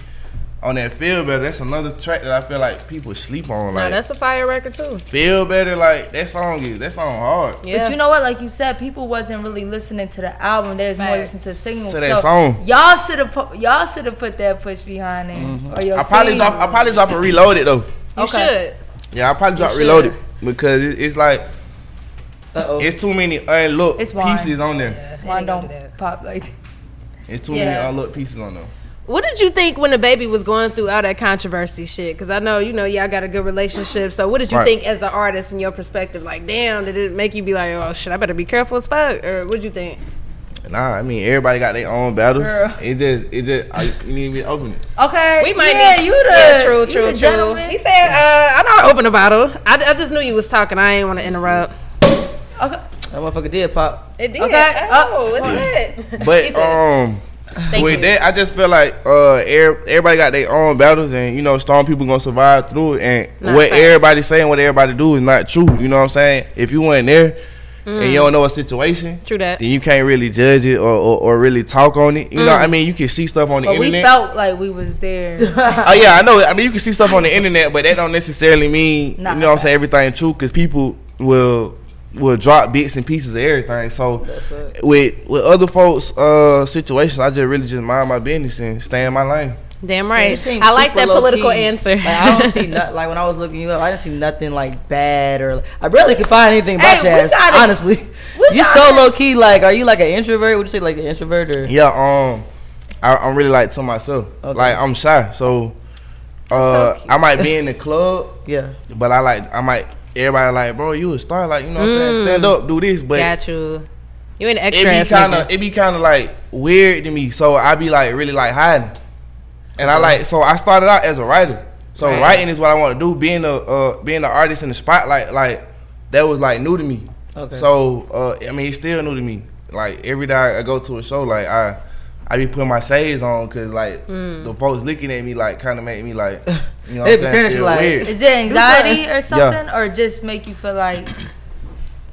D: on that feel better. That's another track that I feel like people sleep on.
J: no,
D: Like
J: that's a fire record too.
D: feel better. Like that song is that song hard.
G: But you know what? Like you said, people wasn't really listening to the album. They was more listening to singles.
D: To that song.
G: Y'all should have put y'all should have put that push behind it. Or your
D: Mm-hmm. I probably
G: team.
D: drop. I probably drop and reload it though.
G: You Okay.
D: Yeah, I probably drop
G: should.
D: reload it because it, it's like it's too many unlooked
G: It's wine.
D: pieces on there.
G: Mine don't pop like that.
D: It's too
E: Yeah.
D: many unlooked pieces on there.
E: What did you think when the baby was going through all that controversy shit? Because I know you know y'all got a good relationship. So what did you
D: Right.
E: think as an artist in your perspective? Like, damn, did it make you be like, oh shit, I better be careful as fuck? Or what did you think?
D: Nah, I mean everybody got their own battles.
E: Girl.
D: It just, it just, I, you need me to open it.
G: Okay,
E: we might
G: yeah,
E: need
G: you the-
E: yeah, true,
G: you
E: true,
G: the
E: true.
G: gentleman.
E: He said, uh, "I know I opened a bottle. I, I just knew you was talking. I didn't want to interrupt."
F: That motherfucker did pop.
E: It did.
G: Okay.
E: Oh, it's good.
D: But um,
E: Thank
D: with
E: you.
D: that, I just feel like uh, er- everybody got their own battles, and you know, strong people gonna survive through it. And
J: Nah,
D: what
J: facts.
D: everybody saying, what everybody do is not true. You know what I'm saying? If you weren't there and
J: Mm.
D: you don't know a situation,
E: True that.
D: then you can't really judge it or, or, or really talk on it. You know,
G: Mm.
D: I mean, you can see stuff on the
G: But we
D: internet.
G: felt like we was there.
D: oh yeah, I know. I mean, you can see stuff on the internet, but that don't necessarily mean
G: Nah.
D: you know what I'm saying everything true because people will will drop bits and pieces of everything. So with with other folks' uh, situations, I just really just mind my business and stay in my lane.
E: Damn
F: You
E: right.
F: seem
E: I like
F: super
E: that
F: low-key.
E: political answer.
F: Like, I don't see not, like when I was looking you up, I didn't see nothing like bad or I barely could find anything about
E: Hey,
F: your
E: we
F: ass.
E: gotta-
F: Honestly, you're so low key. Like, are you like an introvert? Would you say like an introvert or?
D: Yeah, um, I, I'm really like to myself. Like I'm shy, so uh, I might be in the club.
F: yeah,
D: but I like I might everybody like, bro, you a star. Like you know what I'm saying?
E: Mm.
D: Stand up, do this. But
E: Got you. You an
D: it
E: extra
D: be
E: ass
D: kind of
E: nigga.
D: it be kind of like weird to me. So I be like really like hiding, and I like so I started out as a writer. So
J: Right.
D: writing is what I want to do. Being a uh, being an artist in the spotlight, like that was like new to me.
J: Okay.
D: So uh, I mean, it's still new to me. Like every day I go to a show, like I I be putting my shades on because like
G: Mm.
D: the folks looking at me like kind of make me like you know
F: They
D: what I'm
F: be staring at
D: saying?
F: you
D: Feel
F: like-
D: weird.
G: Is it anxiety
D: Yeah.
G: or something, or just make you feel like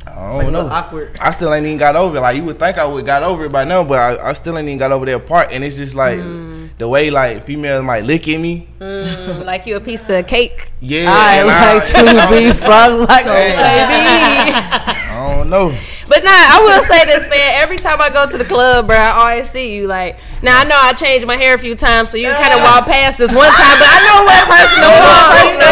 D: I don't
F: Like a
D: know.
F: little awkward.
D: I still ain't even got over it. Like you would think I would got over it by now, but I, I still ain't even got over that part. And it's just like the way like females might lick at me.
E: Mm, like you a piece of cake.
D: Yeah,
E: I
D: and
E: like to
D: and
E: be
F: frog like
D: I don't know.
E: But nah, I will say this, man. Every time I go to the club, bro, I always see you. Like, now I know I changed my hair a few times, so you kind of walk past this one time. But I know it wasn't personal. It wasn't personal.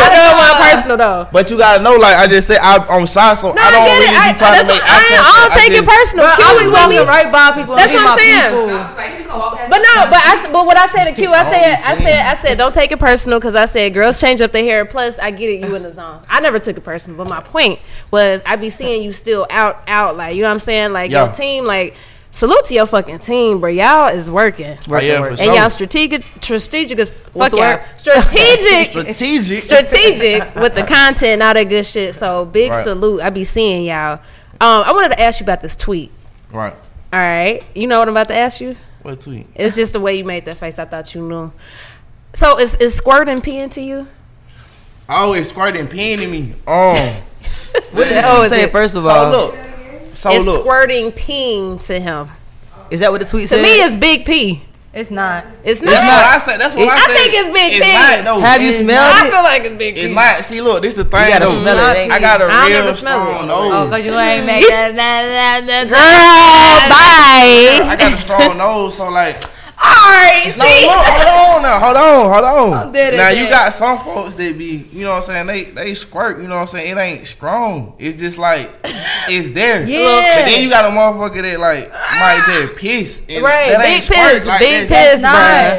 E: I know it wasn't personal though.
D: But you gotta know, like I just said, I, I'm shy, so I don't
E: get it.
D: really
E: I-
D: be trying
E: that's
D: to make.
E: what- I ain't- I don't take it personal. Bro, Q I was is with walking me. right by people and That's hit what I'm my saying. peoples. But no, but I s- but what I said to Q, I said I said I said don't take it personal because I said girls change up their hair. Plus, I get it, you in the zone. I never took it personal, but my point was I be seeing you still out out like you know what I'm saying like
J: Yeah.
E: your team like. Salute to your fucking team, bro. Y'all is working,
J: Oh, yeah, for
E: and
J: sure.
E: y'all strategic, strategic as
J: What's the
E: fuck. y'all.
J: word?
E: Strategic,
D: strategic,
E: strategic with the content, and all that good shit. So big
J: Right.
E: salute. I be seeing y'all. Um, I wanted to ask you about this tweet.
D: Right.
E: All right, you know what I'm about to ask you.
D: What tweet?
E: It's just the way you made that face. I thought you knew. So is is squirting peeing to you?
D: Always squirting peeing in me. Um,
F: What did
G: Oh,
F: you say Oh, first of all?
D: So look, so
E: is
D: Oh, look.
E: squirting peeing to him?
F: Is that what the tweet
E: To
F: said?
E: me, it's big P.
G: It's not.
E: It's not.
D: That's what I said. That's what I, said.
E: think it's big P.
D: though. It's
E: I feel like it's big P.
D: It's not. See, look, this the thing.
F: You gotta
D: though.
F: smell it, ain't
D: I
F: you?
D: got a
F: I'll
D: real
F: never smell
D: strong
F: it.
D: nose.
F: Oh, 'cause
G: you ain't make
E: It's-
G: that. that- that-
E: Girl, bye.
D: I got a strong nose, so like.
E: Alright,
D: No, look, hold on now, hold on, hold on.
G: dead
D: Now
G: as
D: you
G: hell.
D: got some folks that be, you know what I'm saying? They they squirt, you know what I'm saying? It ain't strong. It's just like it's there.
E: Yeah. Ah.
D: But then you got a motherfucker that like might just piss. And
E: Right,
D: that
E: big
D: ain't squirt,
E: piss,
D: like,
E: big
D: that's-
E: piss,
D: that's-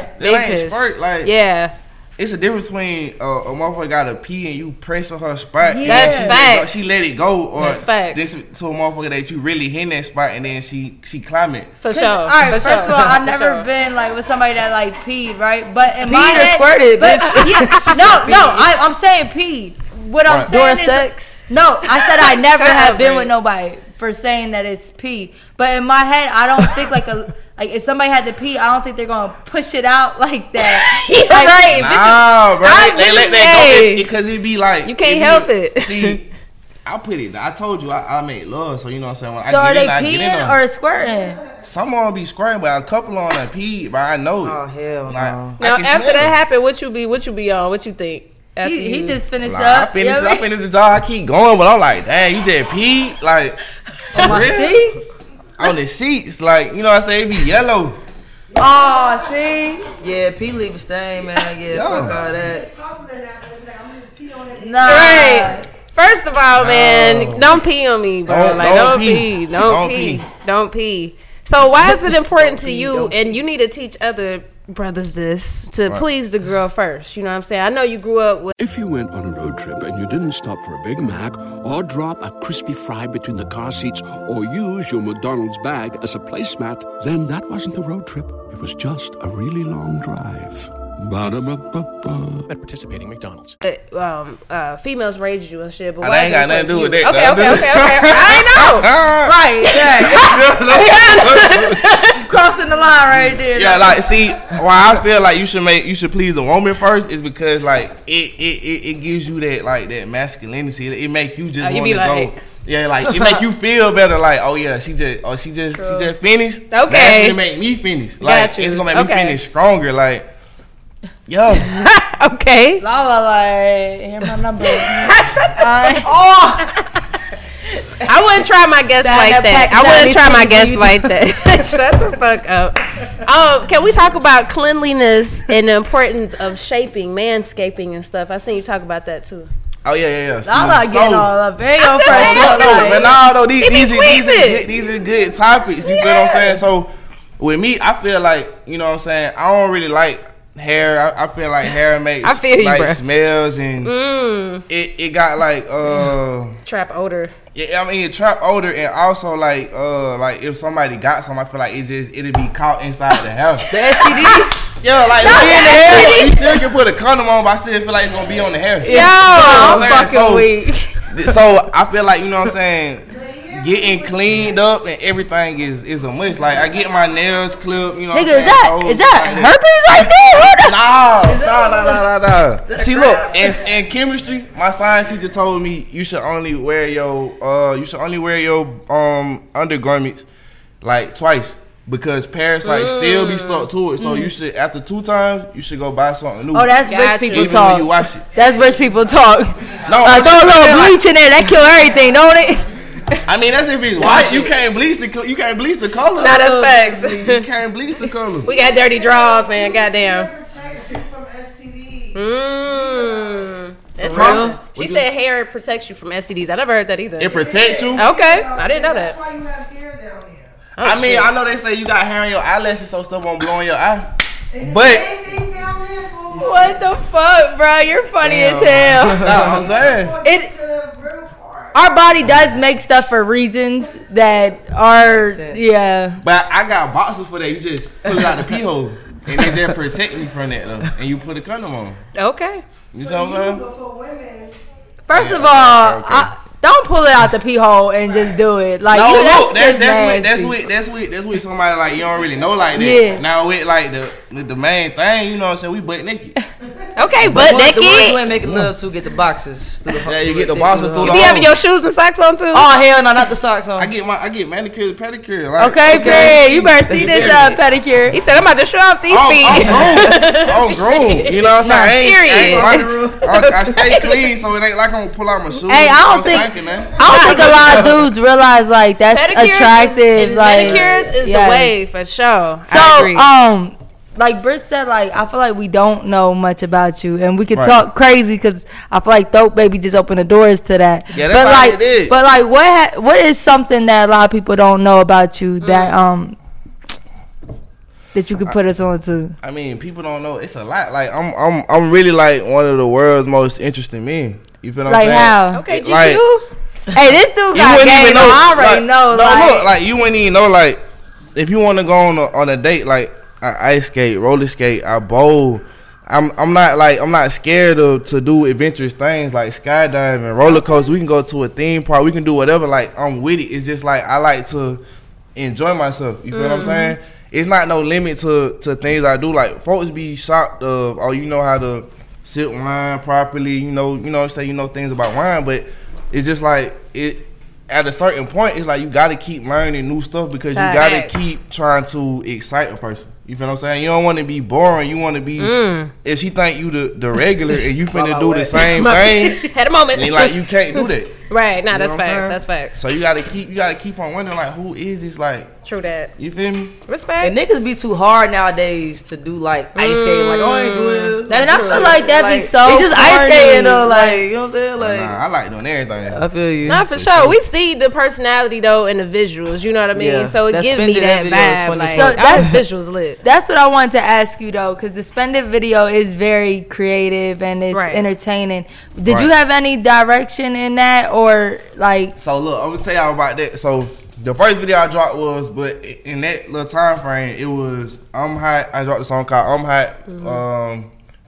E: bruh.
D: That
E: Big
D: ain't
E: piss.
D: squirt. Like
E: Yeah.
D: it's a difference between uh, a motherfucker got a pee and you pressing her spot. and
E: That's
D: she let it go-
E: facts.
D: She let it go, or
E: That's facts.
D: this to a motherfucker that you really hit that spot and then she she climb it.
E: For
G: Cause-
E: sure.
G: All right,
E: for
G: first
E: sure.
G: of all, I've
E: For
G: never
E: sure.
G: been like with somebody that like peed, right? But in my
F: Peed or
G: head,
F: squirted,
G: but, uh,
F: bitch.
G: Yeah,
F: She
G: no,
F: said
G: no,
F: peed.
G: I, I'm saying peed. What I'm
F: Right.
G: saying
F: During
G: is,
F: sex?
G: No, I said I never
E: Shut
G: have
E: up,
G: been
E: Bree.
G: with nobody for saying that it's pee. But in my head, I don't think like a like if somebody had to pee, I don't think they're gonna push it out like that.
E: You're
G: Like,
E: right.
D: Nah, Oh, bro.
E: I
D: They let
E: literally-
D: that
E: hey.
D: go because it be like
E: You can't
D: be-
E: help it.
D: See, I put it. I told you I, I made love, so you know what I'm saying. When
G: So
D: I
G: are
D: get
G: they
D: in, I get in
G: peeing
D: on.
G: or squirting?
D: Some on be squirting, but a couple on that pee. But I know it.
F: Oh hell
D: Like,
F: no.
D: I
E: Now
D: can
E: after
D: smell
E: that
D: it.
E: happened, what you be what you be on? What you think? After
G: He, he
E: you-
G: just finished
D: Like, I
G: up.
D: finish,
G: Yeah,
D: I finish the job. I keep going, but I'm like, dang, you just pee like
G: on
D: for
G: my
D: real?
G: sheets.
D: on the sheets, like you know what I'm saying. It be yellow.
G: Oh, see,
F: Yeah, P leave a stain, man. Yeah,
D: Yeah.
F: fuck all that.
G: nah.
E: Right. First of all, man, don't pee on me, bro.
D: Don't-
E: like
D: don't
E: don't,
D: pee.
E: pee. Don't,
D: Don't
E: pee.
D: pee.
E: Don't pee. So why is it important to
F: pee,
E: you
F: don't
E: and you need to teach other brothers this to
D: Right.
E: please the girl first. You know what I'm saying? I know you grew up with
K: If you went on a road trip and you didn't stop for a Big Mac or drop a crispy fry between the car seats or use your McDonald's bag as a placemat, then that wasn't a road trip. It was just a really long drive. Ba-da-ba-ba-ba. At participating McDonald's.
E: um, uh, females raised you and shit, but
D: I
E: why
D: ain't
E: is
D: got
E: it
D: nothing to do with
E: important
D: that,
E: to you? Okay, okay, okay, okay. I know.
D: though.
G: Right, yeah. Crossing the line right there.
D: Yeah, like see, why I feel like you should make you should please the woman first is because like it it, it, it gives you that like that masculinity. It, it make you just
E: Oh, you
D: want
E: be
D: to
E: like-
D: go. Yeah, like it make you feel better. Like oh yeah, she just oh she just she just finished. Now it's
E: Okay.
D: gonna make me finish. Like
E: Got you.
D: it's gonna make me
E: Okay.
D: finish stronger. Like yo,
E: Okay.
G: La la la. Hear my number. I,
F: Oh,
E: I wouldn't try my guess
F: Sign
E: like
F: up,
E: that.
F: pack,
E: I wouldn't
F: sign
E: try my
F: these
E: guess like
F: things you
E: that. Shut the fuck up. Um, Oh, can we talk about cleanliness and the importance of shaping, manscaping, and stuff? I seen you talk about that too.
D: oh yeah yeah yeah.
G: I'm not
D: So-
G: getting all up in your
E: just
G: first
E: asking.
G: look,
D: no,
G: like-
D: but no, no, these
E: Oh, It be
D: these, are- these, are
E: squeezing.
D: good- these are good topics. You feel what I'm saying? So with me, I feel like you know what I'm saying. I don't really like hair. I, I feel like hair makes
E: I feel you,
D: like
E: bruh.
D: smells and
E: Mm,
D: it, it got like uh
E: trap odor.
D: yeah, I mean it trap odor and also like uh like if somebody got some, I feel like it just it'd be caught inside the house.
F: the STD.
D: yeah, like
E: Not
D: in the
E: the
D: hair,
E: STD.
D: you still can put a condom on, but I still feel like it's gonna be on the hair.
E: Yo,
G: Oh,
D: I'm
E: I'm
D: saying? So-
E: fucking weak.
D: Th- so I feel like you know what I'm saying. Getting cleaned up and everything is is a must. Like I get my nails clipped, you know.
G: Nigga, is that is that
D: Oh.
G: herpes right
D: herpes?
G: there?
D: Oh, No, no, no, no, no. See, look, in, in chemistry, my science teacher told me you should only wear your uh you should only wear your um undergarments like twice because parasites still be stuck to it. So you should after two times you should go buy something new.
G: Mm. Oh, that's
E: Gotcha.
G: rich people
D: even when you
G: talk.
D: wash it.
G: That's rich people talk.
D: No,
G: I
D: I'm just
G: throw a
D: saying,
G: little
D: like,
G: bleach in there, that kill everything, don't it?
D: I mean, that's if it's white. You can't bleach the col- you can't bleach the color.
E: Nah, that's
D: You
E: facts.
D: can't bleach the color.
E: Oh, we got dirty draws, man. Goddamn. Mm. That's
D: For real?
E: awesome. She
D: Would you-
E: said hair protects you from STDs. I never heard that either.
D: It protects you.
E: okay, I didn't know that.
L: why you have hair down here.
E: Oh,
D: I mean,
E: shit.
D: I know they say you got hair on your eyelashes, so stuff won't blow in your eye. But
L: Anything down there, fool.
G: What the fuck, bro? You're funny as
D: no,
G: hell.
D: I'm saying
G: It
L: The real part.
G: our body does make stuff for reasons that are
F: sense.
G: yeah.
D: But I got boxes for that. You just pull it out the pee hole, and they just protect me from that, though. And you put a condom on.
E: Okay.
D: You know what I'm saying?
L: But for women,
G: First of
D: Yeah,
G: all,
D: okay, okay.
G: I, Don't pull it out the pee hole and just do it. Like
D: no,
G: you,
D: look, that's
G: that's, that's,
D: that's with that's
G: nasty.
D: with that's with that's with somebody like you don't really know like that.
G: Yeah.
D: Now with like the with the main thing, you know what I'm saying? We butt naked.
E: Okay,
F: But
E: but
F: what-
E: that
F: the ones
E: kid.
F: you ain't making love to get the boxes. Through the, yeah,
D: you get the boxes through
E: You be having your shoes and socks on too.
F: Oh hell no, not the socks on.
D: I get my I get manicure pedicure. Like,
G: Okay, Fred, you better see this uh, pedicure. He
E: said I'm about to show off these
D: I'm,
G: feet.
D: I'm grown. I'm grown. You know what I'm
G: Nah,
D: saying? I ain't, I, ain't
G: period.
D: under the roof. I, I stay clean, so it ain't like I'm gonna pull out my shoes.
G: Hey, I don't
D: I'm
G: think-
D: stinking, man.
G: I don't think a lot of dudes realize like that's
E: Pedicures is-
G: attractive.
E: and
G: like
E: pedicures is the way, for sure.
G: So
E: I agree.
G: um, like Britt said, like I feel like we don't know much about you, and we could
E: Right.
G: talk crazy because I feel like Dope Baby just opened the doors to that.
E: Yeah, that's
G: but
E: how
G: like,
E: it is.
G: but like, what ha- what is something that a lot of people don't know about you
E: Mm.
G: that um that you could put us on to?
D: I mean, people don't know it's a lot. Like I'm, I'm, I'm really like one of the world's most interesting men. You feel what
G: Like
D: I'm saying?
G: how? Okay,
D: It- like,
G: GQ. Hey, this dude got game. though. I already
D: like,
G: know.
D: No,
G: like,
D: look, like you wouldn't even know. Like if you want to go on a, on a date, like I ice skate, roller skate, I bowl. I'm I'm not like I'm not scared of to do adventurous things like skydiving, roller coaster. We can go to a theme park. We can do whatever. Like I'm with it. It's just like I like to enjoy myself. You feel what I'm
M: Mhm.
D: saying? It's not no limit to to things I do. Like folks be shocked of oh you know how to sip wine properly. You know you know say you know things about wine, but it's just like it at a certain point. It's like you got to keep learning new stuff because you got
M: Facts.
D: to keep trying to excite a person. You feel what I'm saying? You don't want to be boring. You want to be
E: Mm.
D: if she think you the, the regular and you finna
E: While I
D: do the
E: wait.
D: same
E: My-
D: thing.
E: Had a moment.
D: then, like you can't do that.
E: Right, nah,
D: You know
E: that's
D: what I'm
E: facts,
D: saying?
E: that's facts.
D: So you gotta keep you gotta keep on wondering like who is this like
E: True that.
D: you feel me?
E: Respect.
F: And niggas be too hard nowadays to do like ice skating. Like, oh, I ain't doing this.
G: That's And I true. feel like that be so
F: They just ice
G: corny.
F: skating though. Like,
G: Like-
F: you know what I'm saying? Like,
D: Nah, I like doing everything.
F: I feel you.
E: Not for sure. We see the personality though in the visuals. You know what I mean.
F: Yeah,
E: so it
F: that
E: gives me
F: spending
E: that
F: that video is
E: vibe.
F: funny as
E: Like
F: fuck.
E: so
F: So
E: that's
G: that's-
E: visuals lit.
G: That's what I wanted to ask you though, because the spended video is very creative and it's
E: Right.
G: entertaining. Did you
D: Right.
G: have any direction in that, or like?
D: So look, I'm gonna tell y'all about that. So the first video I dropped was, but i- in that little time frame, it was I'm hot. I dropped a song called I'm hot,
M: Mhm.
D: um,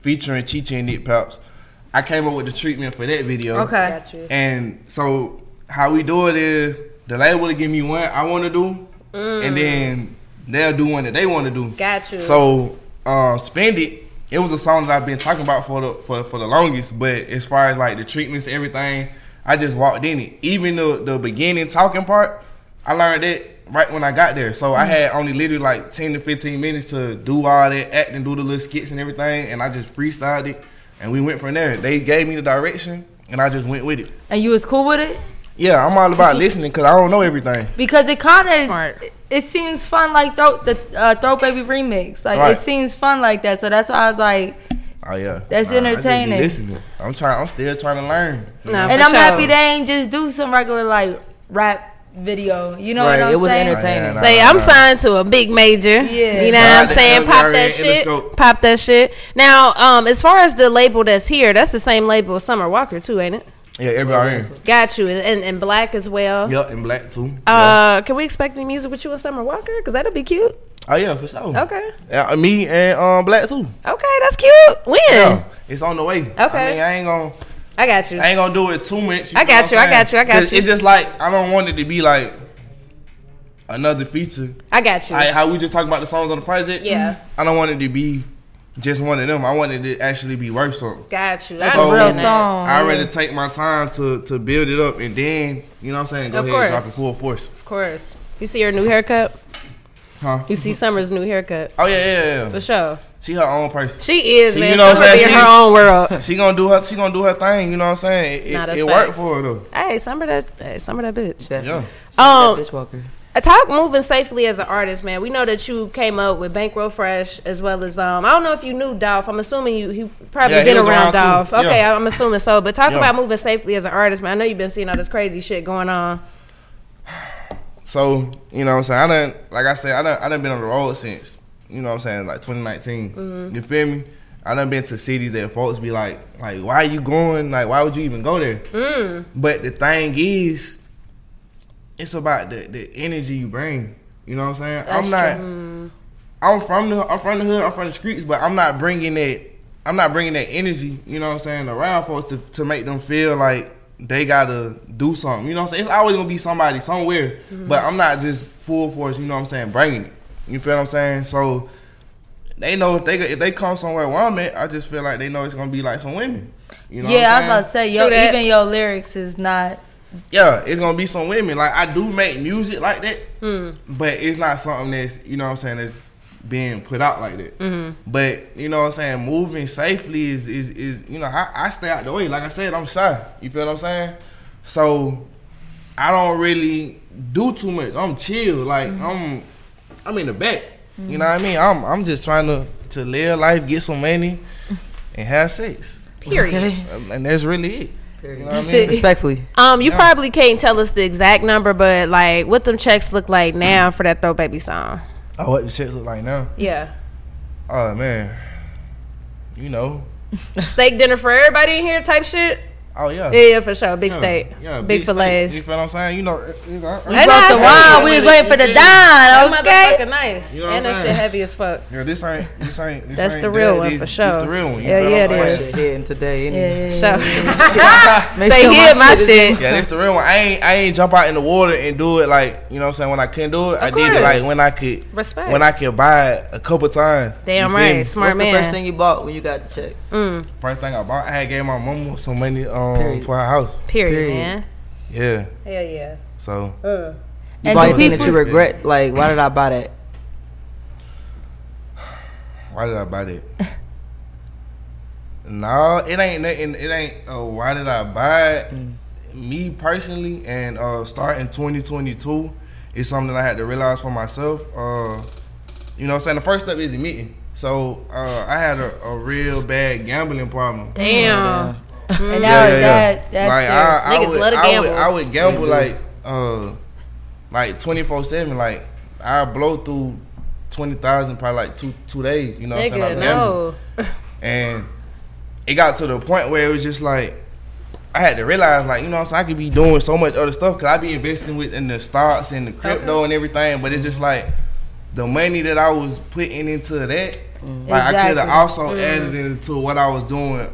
D: featuring Chichi and Nick Paps. I came up with the treatment for that video.
M: Okay. Got you.
D: And so how we do it is the label will give me one I want to do, and then they'll do one that they want to do.
E: Got you.
D: So uh, spend it. It was a song that I've been talking about for the for for the longest. But as far as like the treatments, and everything, I just walked in it. Even the the beginning talking part, I learned that right when I got there. So I had only literally like ten to fifteen minutes to do all that act and do the little skits and everything, and I just freestyled it, and we went from there. They gave me the direction, and I just went with it.
G: And you was cool with it
D: Yeah, I'm all about listening because I don't know everything.
G: because it kind of it seems fun like throw the uh, throw baby remix. Like
D: Right.
G: it seems fun like that. So that's why I was like,
D: Oh yeah,
G: That's
D: I just be
G: entertaining.
D: listening. I'm trying. I'm still trying to learn. you know?
G: and I'm happy they ain't just do some regular like rap video. You know
D: Right,
G: what I'm
D: it was
G: saying?
D: entertaining. Yeah, nah,
E: Say
D: nah,
E: I'm
D: nah.
E: signed to a big major.
G: Yeah.
E: You know
G: Nah,
E: what I'm
G: they
E: saying?
G: know
E: Pop
G: you
E: that
G: already in the
E: shit.
G: scope.
E: Pop that shit. Now, um, as far as the label that's here, that's the same label as Summer Walker too, ain't it?
D: Yeah, everybody.
E: Got you. And and, and black as well.
D: Yup, and black too.
E: Uh, can we expect any music with you and Summer Walker? Cause that'll be cute.
D: Oh yeah, for sure.
E: Okay.
D: Yeah, me and um black too.
E: Okay, that's cute. When?
D: Yeah, it's on the way. Okay. I, mean, I ain't gonna.
E: I got you.
D: I ain't gonna do it too much.
E: I
D: know
E: got
D: what
E: you,
D: I'm
E: I got
D: saying?
E: you, I got
D: 'Cause
E: you.
D: It's just like I don't want it to be like another feature.
E: I got you.
D: Like how we just talked about the songs on the project.
E: Yeah.
D: I don't want it to be just one of them. I want it to actually be worth something.
E: Got you.
D: So,
E: I understand that.
D: I rather take my time to to build it up and then you know what I'm saying. Go
E: Of
D: ahead and drop it
E: course.
D: full force.
E: Of course. You see her new haircut?
D: Huh?
E: You see Summer's new haircut?
D: Oh yeah, yeah, yeah, yeah.
E: For sure.
D: She her own person.
E: She is, man.
D: You know what I'm
E: Summer
D: saying?
E: be in her own world.
D: She gonna do her. She gonna do her thing. You know what I'm saying? It,
E: Nah,
D: it,
E: that's
D: it worked
E: facts.
D: for her though.
E: Hey, Summer that hey, Summer that bitch.
D: Yeah.
E: Um,
F: bitch walker.
E: I talk moving safely as an artist, man. We know that you came up with Bankroll Fresh as well as um. I don't know if you knew Dolph. I'm assuming you he probably
F: Yeah, he
E: been
F: was
E: around,
F: around
E: Dolph.
F: too.
E: Okay,
F: Yeah.
E: I'm assuming so. But talk
D: Yeah.
E: about moving safely as an artist, man. I know you've been seeing all this crazy shit going on.
D: So you know what I'm saying? I done like I said, I done I done been on the road since you know what I'm saying like 2019.
E: Mm-hmm.
M: Mhm.
D: You feel me? I done been to cities that folks be like like why you going? Like why would you even go there?
E: Mm.
D: But the thing is, it's about the, the energy you bring. You know what I'm saying? I'm not. I'm from the I'm from the hood. I'm from the streets, but I'm not bringing that. I'm not bringing that energy. You know what I'm saying? Around folks to, to make them feel like they gotta do something. You know what I'm saying? It's always gonna be somebody somewhere.
M: Mhm.
E: Mm-hmm.
D: But I'm not just full force. You know what I'm saying? Bringing it. You feel what I'm saying? So they know if they if they come somewhere where I'm at, I just feel like they know it's gonna be like some women. You know?
G: yeah,
D: what
G: I was
D: I'm
G: about to say,
D: saying?
G: yo, even your lyrics is not.
D: yeah, it's gonna be some women. Like I do make music like that,
G: Mm.
D: but it's not something that's you know what I'm saying that's being put out like that. But you know what I'm saying, moving safely is is, is you know, I, I stay out the way. Like I said, I'm shy. You feel what I'm saying? So I don't really do too much. I'm chill. Like I'm I'm in the back. You know what I mean? I'm I'm just trying to, to live life, get some money, and have sex.
E: Period. Okay.
D: Um, And that's really it. You know what I
E: That's
D: mean?
E: it. Respectfully. Um, you
D: Yeah.
E: probably can't tell us the exact number, but like what them checks look like now for that throw baby song.
D: Oh, what the shit look like now?
E: Yeah.
D: Oh man, you know.
E: steak dinner for everybody in here type shit.
D: Oh yeah.
E: Yeah, yeah, for sure. Big
D: Yeah,
E: steak.
D: yeah,
E: big,
D: big steak.
E: fillets.
D: You feel what I'm saying? You know, you know
G: We broke the wine. We was waiting for the dime.
E: That
G: Okay.
E: motherfucker nice.
G: You know what
E: and
G: I'm
E: that shit
G: saying?
E: heavy as fuck.
D: Yeah, this ain't this ain't this
E: That's
D: ain't
E: the real
D: that.
E: one
D: This-
E: for
D: this
E: sure.
D: the real one. You
E: Yeah,
D: feel what
E: yeah,
D: I'm
E: it
D: saying?
E: is.
F: Hitting today. Anyway.
E: Sure. Say
D: sure
E: here, my
D: is-
E: shit.
D: Yeah, that's the real one. I ain't I ain't jump out in the water and do it like you know what I'm saying when I can do it. I did it
F: course.
D: like when I could
F: Respect.
D: when I could buy it a couple times. You feel me?
F: What's the first thing you bought when you got the check?
D: First thing I bought, I had gave my mama some money um for her house.
E: Period, Period. man.
D: Yeah.
E: Hell yeah.
D: So
E: Uh.
F: You bought anything that you regret? Like, why did I buy that?
D: Why did I buy that? no, it ain't nothing. It ain't. Uh, why did I buy it?
G: Mm.
D: Me personally, and uh, starting 2022 is something I had to realize for myself. Uh, you know, what I'm saying the first step is admitting. So uh, I had a, a real bad gambling problem.
G: Damn.
D: Mm-hmm. Yeah,
G: And
D: yeah,
G: that,
D: yeah.
G: that, that
D: like
G: shit.
D: I, I
G: Niggas
D: would,
G: love to
D: I would,
G: gamble.
D: I would gamble
G: They do.
D: like, uh, like twenty four seven. Like I blow through twenty thousand probably like two two days. You know what I'm saying? I
E: Nigga,
D: was gambling. And it got to the point where it was just like I had to realize, like, you know what I'm saying? I could be doing so much other stuff because I be investing with in the stocks and the crypto and everything, but it's just like the money that I was putting into that, like I could have
M: Exactly.
D: also
M: Mm.
D: added it into what I was doing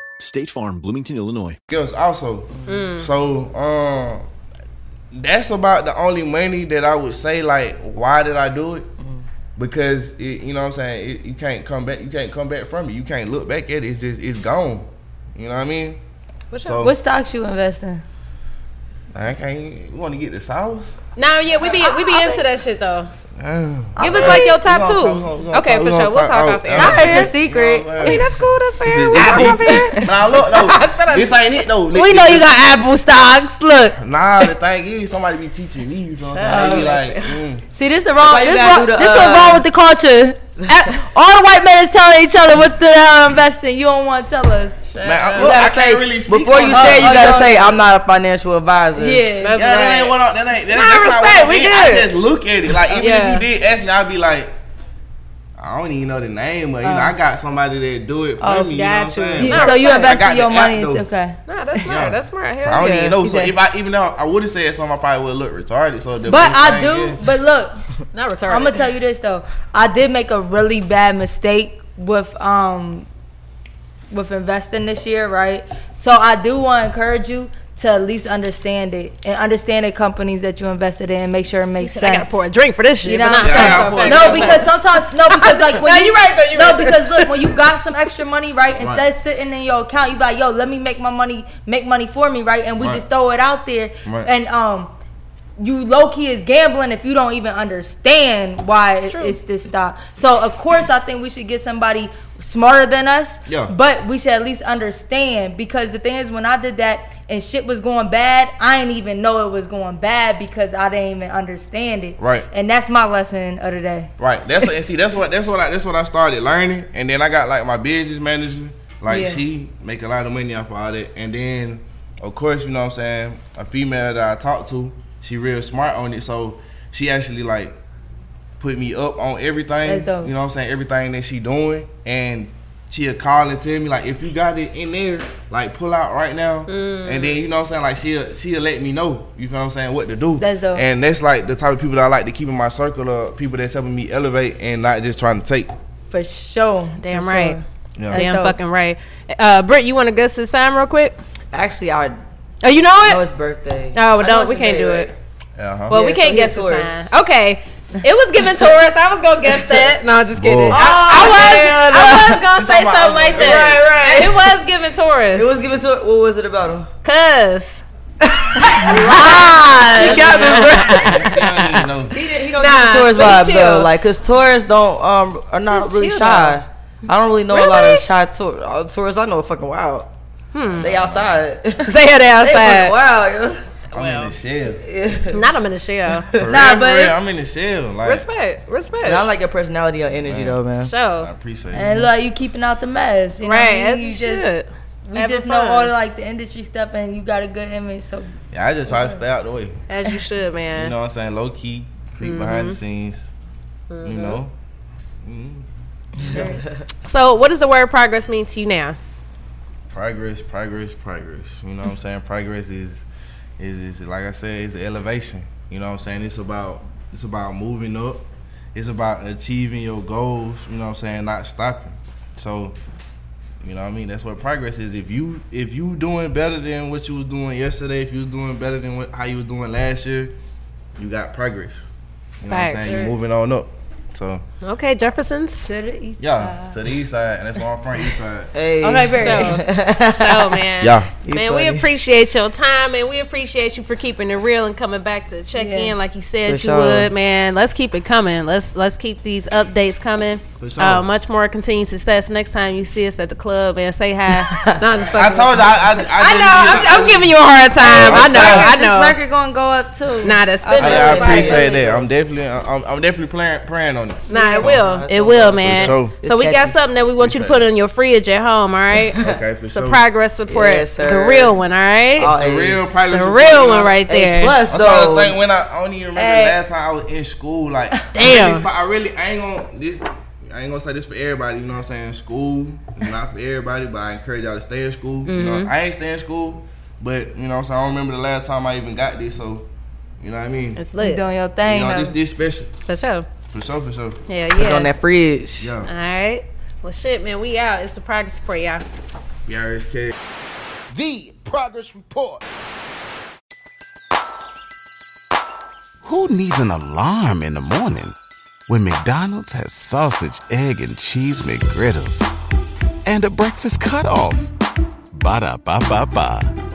N: State Farm, Bloomington, Illinois.
D: girls also.
N: Mm.
D: So um that's about the only money that I would say like why did I do it? Because it, you know what I'm saying, it, you can't come back you can't come back from it. You can't look back at it. It's just it's gone. You know what I mean?
E: What's
D: So-
G: what stocks you invest in?
D: I can't you wanna get the sauce?
E: No, yeah, we be we be into that shit though.
D: Damn.
E: Give us like your top two.
D: We gonna talk- we gonna- we gonna
E: okay,
D: talk-
E: for
D: we gonna
E: sure. We'll talk
D: out-
E: off air.
D: out-
E: That's fair.
G: It's a secret.
E: Hey, that's cool. That's fair. We'll
D: It's-
E: talk
D: it's-
E: off air.
D: Nah, look though.
E: Shut up.
D: This ain't it though. Look,
G: we
D: this-
G: know you
D: this-
G: got Apple stocks. Look.
D: Nah, the thing is, somebody be teaching me. You know what I'm saying?
E: Ah,
D: I be like, mm.
G: See, this the
D: That's
G: wrong.
D: why you
G: This
D: gotta
G: wrong,
D: do the,
G: this what
D: uh,
G: wrong with the culture. A- All the white men is telling each other what the hell invest in. You don't want to tell us.
D: Man, I-
F: You
D: look, I can't
F: gotta say
D: really speak
F: before
D: on
F: you
D: her.
F: say it, you
D: Oh,
F: gotta
D: y'all-
F: say I'm not a financial advisor.
D: yeah, that ain't what I, that ain't. That,
F: Nah,
D: that's not
F: respect,
D: what I
F: we
D: mean. I
F: good.
D: just look at it. Like even
F: Yeah.
D: if you did ask me, I'd be like, I don't even know the name, but you know,
G: Oh.
D: I got somebody that do it for
G: Oh,
D: me. You know what I'm
G: got you.
D: saying?
G: You- so you
D: I got
G: invested
D: the
G: your
D: app,
G: money.
D: though.
G: Into, okay.
E: No, that's smart. That's smart.
D: So
E: Hell
D: I don't
E: yeah.
D: even know. So if I even though I would have said something, I probably would look retarded. So the
G: But
D: best
G: I
D: thing
G: do.
D: is-
G: But look,
E: Not retarded.
G: I'm gonna tell you this though. I did make a really bad mistake with um with investing this year, right? So I do want to encourage you to at least understand it and understand the companies that you invested in and make sure it makes
E: said,
G: sense.
E: "I gotta pour a drink for this shit,
G: You
E: but
G: know what
E: nah, I'll
G: I'm
E: pour a
G: saying?
E: drink.
G: No, because sometimes no, because like when
E: No, you right though, you
G: no,
E: right.
G: because look, when you got some extra money, right?
E: Right.
G: Instead of sitting in your account, you be like, yo, let me make my money, make money for me, right? And we
E: Right.
G: just throw it out there,
E: Right.
G: and um, you low key is gambling if you don't even understand why it's, this stock. So of course, I think we should get somebody smarter than us.
E: Yeah.
G: But we should at least understand because the thing is, when I did that and shit was going bad, I didn't even know it was going bad because I didn't even understand it.
D: Right.
G: And that's my lesson of the day.
D: Right. That's what, and see that's what that's what I that's what I started learning. And then I got like my business manager. Like
G: Yeah.
D: she make a lot of money off of all that. And then of course, you know what I'm saying, a female that I talked to, she real smart on it. So she actually like put me up on everything.
G: That's dope.
D: You know what I'm saying? Everything that she doing. And she'll call and tell me like if you got it in there, like pull out right now. And then you know what I'm saying? Like she'll she'll let me know, you feel what I'm saying, what to do.
G: That's dope.
D: And that's like the type of people that I like to keep in my circle of people that's helping me elevate and not just trying to take.
G: For sure.
E: Damn
G: For
E: right.
G: sure.
D: Yeah.
E: Damn
G: dope.
E: fucking right. Uh, Britt, you want to guess his time real quick?
F: Actually, I.
E: Oh, you know it.
F: know his birthday.
E: No,
F: I know
E: don't.
F: it's
E: We
F: a
E: can't
F: day,
E: do
F: right?
E: it.
D: Uh-huh.
E: Well, we
F: Yeah, so
E: can't
F: he a
E: guess his
F: Taurus.
E: sign. Okay. It was given Taurus. I was gonna guess that. No, I'm just kidding.
F: Whoa.
E: I, I was. I was gonna say
F: Talking about-
E: something like that.
F: Right, right.
E: It was given Taurus.
F: It was given to. What was it about him?
E: Cause.
F: He got me,
D: He,
F: didn't- he don't
E: Nah,
F: give a Taurus
E: but he
F: vibe
E: chill.
F: though. Like, cause Taurus don't um are not
E: Just
F: really
E: chill,
F: shy. I don't really know a lot
E: Really?
F: of shy Taurus. All the Taurus I know are fucking wild.
E: Hmm.
F: They outside.
E: Say yeah, they outside.
F: fucking wild.
D: I'm in the shell.
F: Yeah.
E: Not a minute shell.
D: For real, for real, I'm in the shell. Like
E: respect, respect.
F: I like your personality and energy though, man.
E: So
D: I appreciate it.
G: And look, you keeping out the mess. You know what I
E: Right,
G: mean?
E: as
G: You
E: you should.
G: just we
E: Having
G: just know
E: fun.
G: all like the industry stuff, and you got a good image. So
D: Yeah, I just try to stay out the way.
E: As you should, man.
D: You know what I'm saying? Low key, creep behind
G: Mm-hmm.
D: the
E: Mhm.
D: scenes. You
E: Mhm.
D: know? Mm.
E: So, what does the word progress mean to you now?
D: Progress, progress, progress. You know what I'm saying? Progress is, is is like I said, it's elevation. You know what I'm saying? It's about it's about moving up. It's about achieving your goals, you know what I'm saying, not stopping. So you know what I mean? That's what progress is. If you if you doing better than what you was doing yesterday, if you was doing better than what, how you was doing last year, you got progress. You know what I'm
E: Facts.
D: saying? You're moving on up. So
E: Okay, Jefferson's.
D: yeah, to the
E: Uh.
D: east side, and that's why I'm from east side.
F: Hey.
E: Okay, very so, so, man.
D: Yeah.
F: He
E: Man, we
F: funny.
E: appreciate your time and we appreciate you for keeping it real and coming back to check in like you said
F: For
E: you
F: sure.
E: would, man. Let's keep it coming. Let's let's keep these updates coming.
D: For sure.
E: Uh, much more continued success next time you see us at the club and say hi. no, I'm just
D: I
E: fucking
D: told
E: with
D: you, Oh, I, I, I,
E: I know. I'm, I'm giving you a hard time. I know. I know.
G: record gonna go up too.
E: Nah, that's
D: I,
E: been
D: I appreciate that. I'm definitely, I'm, I'm definitely praying, praying on it.
E: Nah, it
D: So,
E: will. It will, man.
D: For sure.
E: So
D: It's
E: we got
D: catchy.
E: something that we want you to put in your fridge at home. All right.
D: Okay, for
E: It's a
D: sure.
E: progress support.
F: Yes, sir.
E: the real one. All right.
F: All
D: The real,
F: A's.
D: probably
E: The
D: should-
E: real one right there.
F: plus
D: I'm trying to
F: though.
D: think when I, I don't even remember
E: Hey.
D: the last time I was in school. Like,
E: Damn.
D: I really, start- I really I ain't gonna this. I ain't gonna say this for everybody. You know what I'm saying? School is not for everybody, but I encourage y'all to stay in school. You know,
E: Mhm.
D: I ain't stay in school, but you know what I'm saying. I don't remember the last time I even got this. So, you know what I mean?
E: It's
G: You
E: lit.
G: doing your
D: you
G: thing.
D: know,
G: though.
D: this this special
E: For sure.
D: for sure, for sure.
E: Yeah,
F: Put it
E: yeah.
F: on that fridge.
D: Yeah.
E: All right. Well, shit, man. We out. It's the progress support, y'all.
D: BRSK.
O: The Progress Report.
H: Who needs an alarm in the morning when McDonald's has sausage, egg, and cheese McGriddles and a breakfast cutoff? Ba da ba ba ba.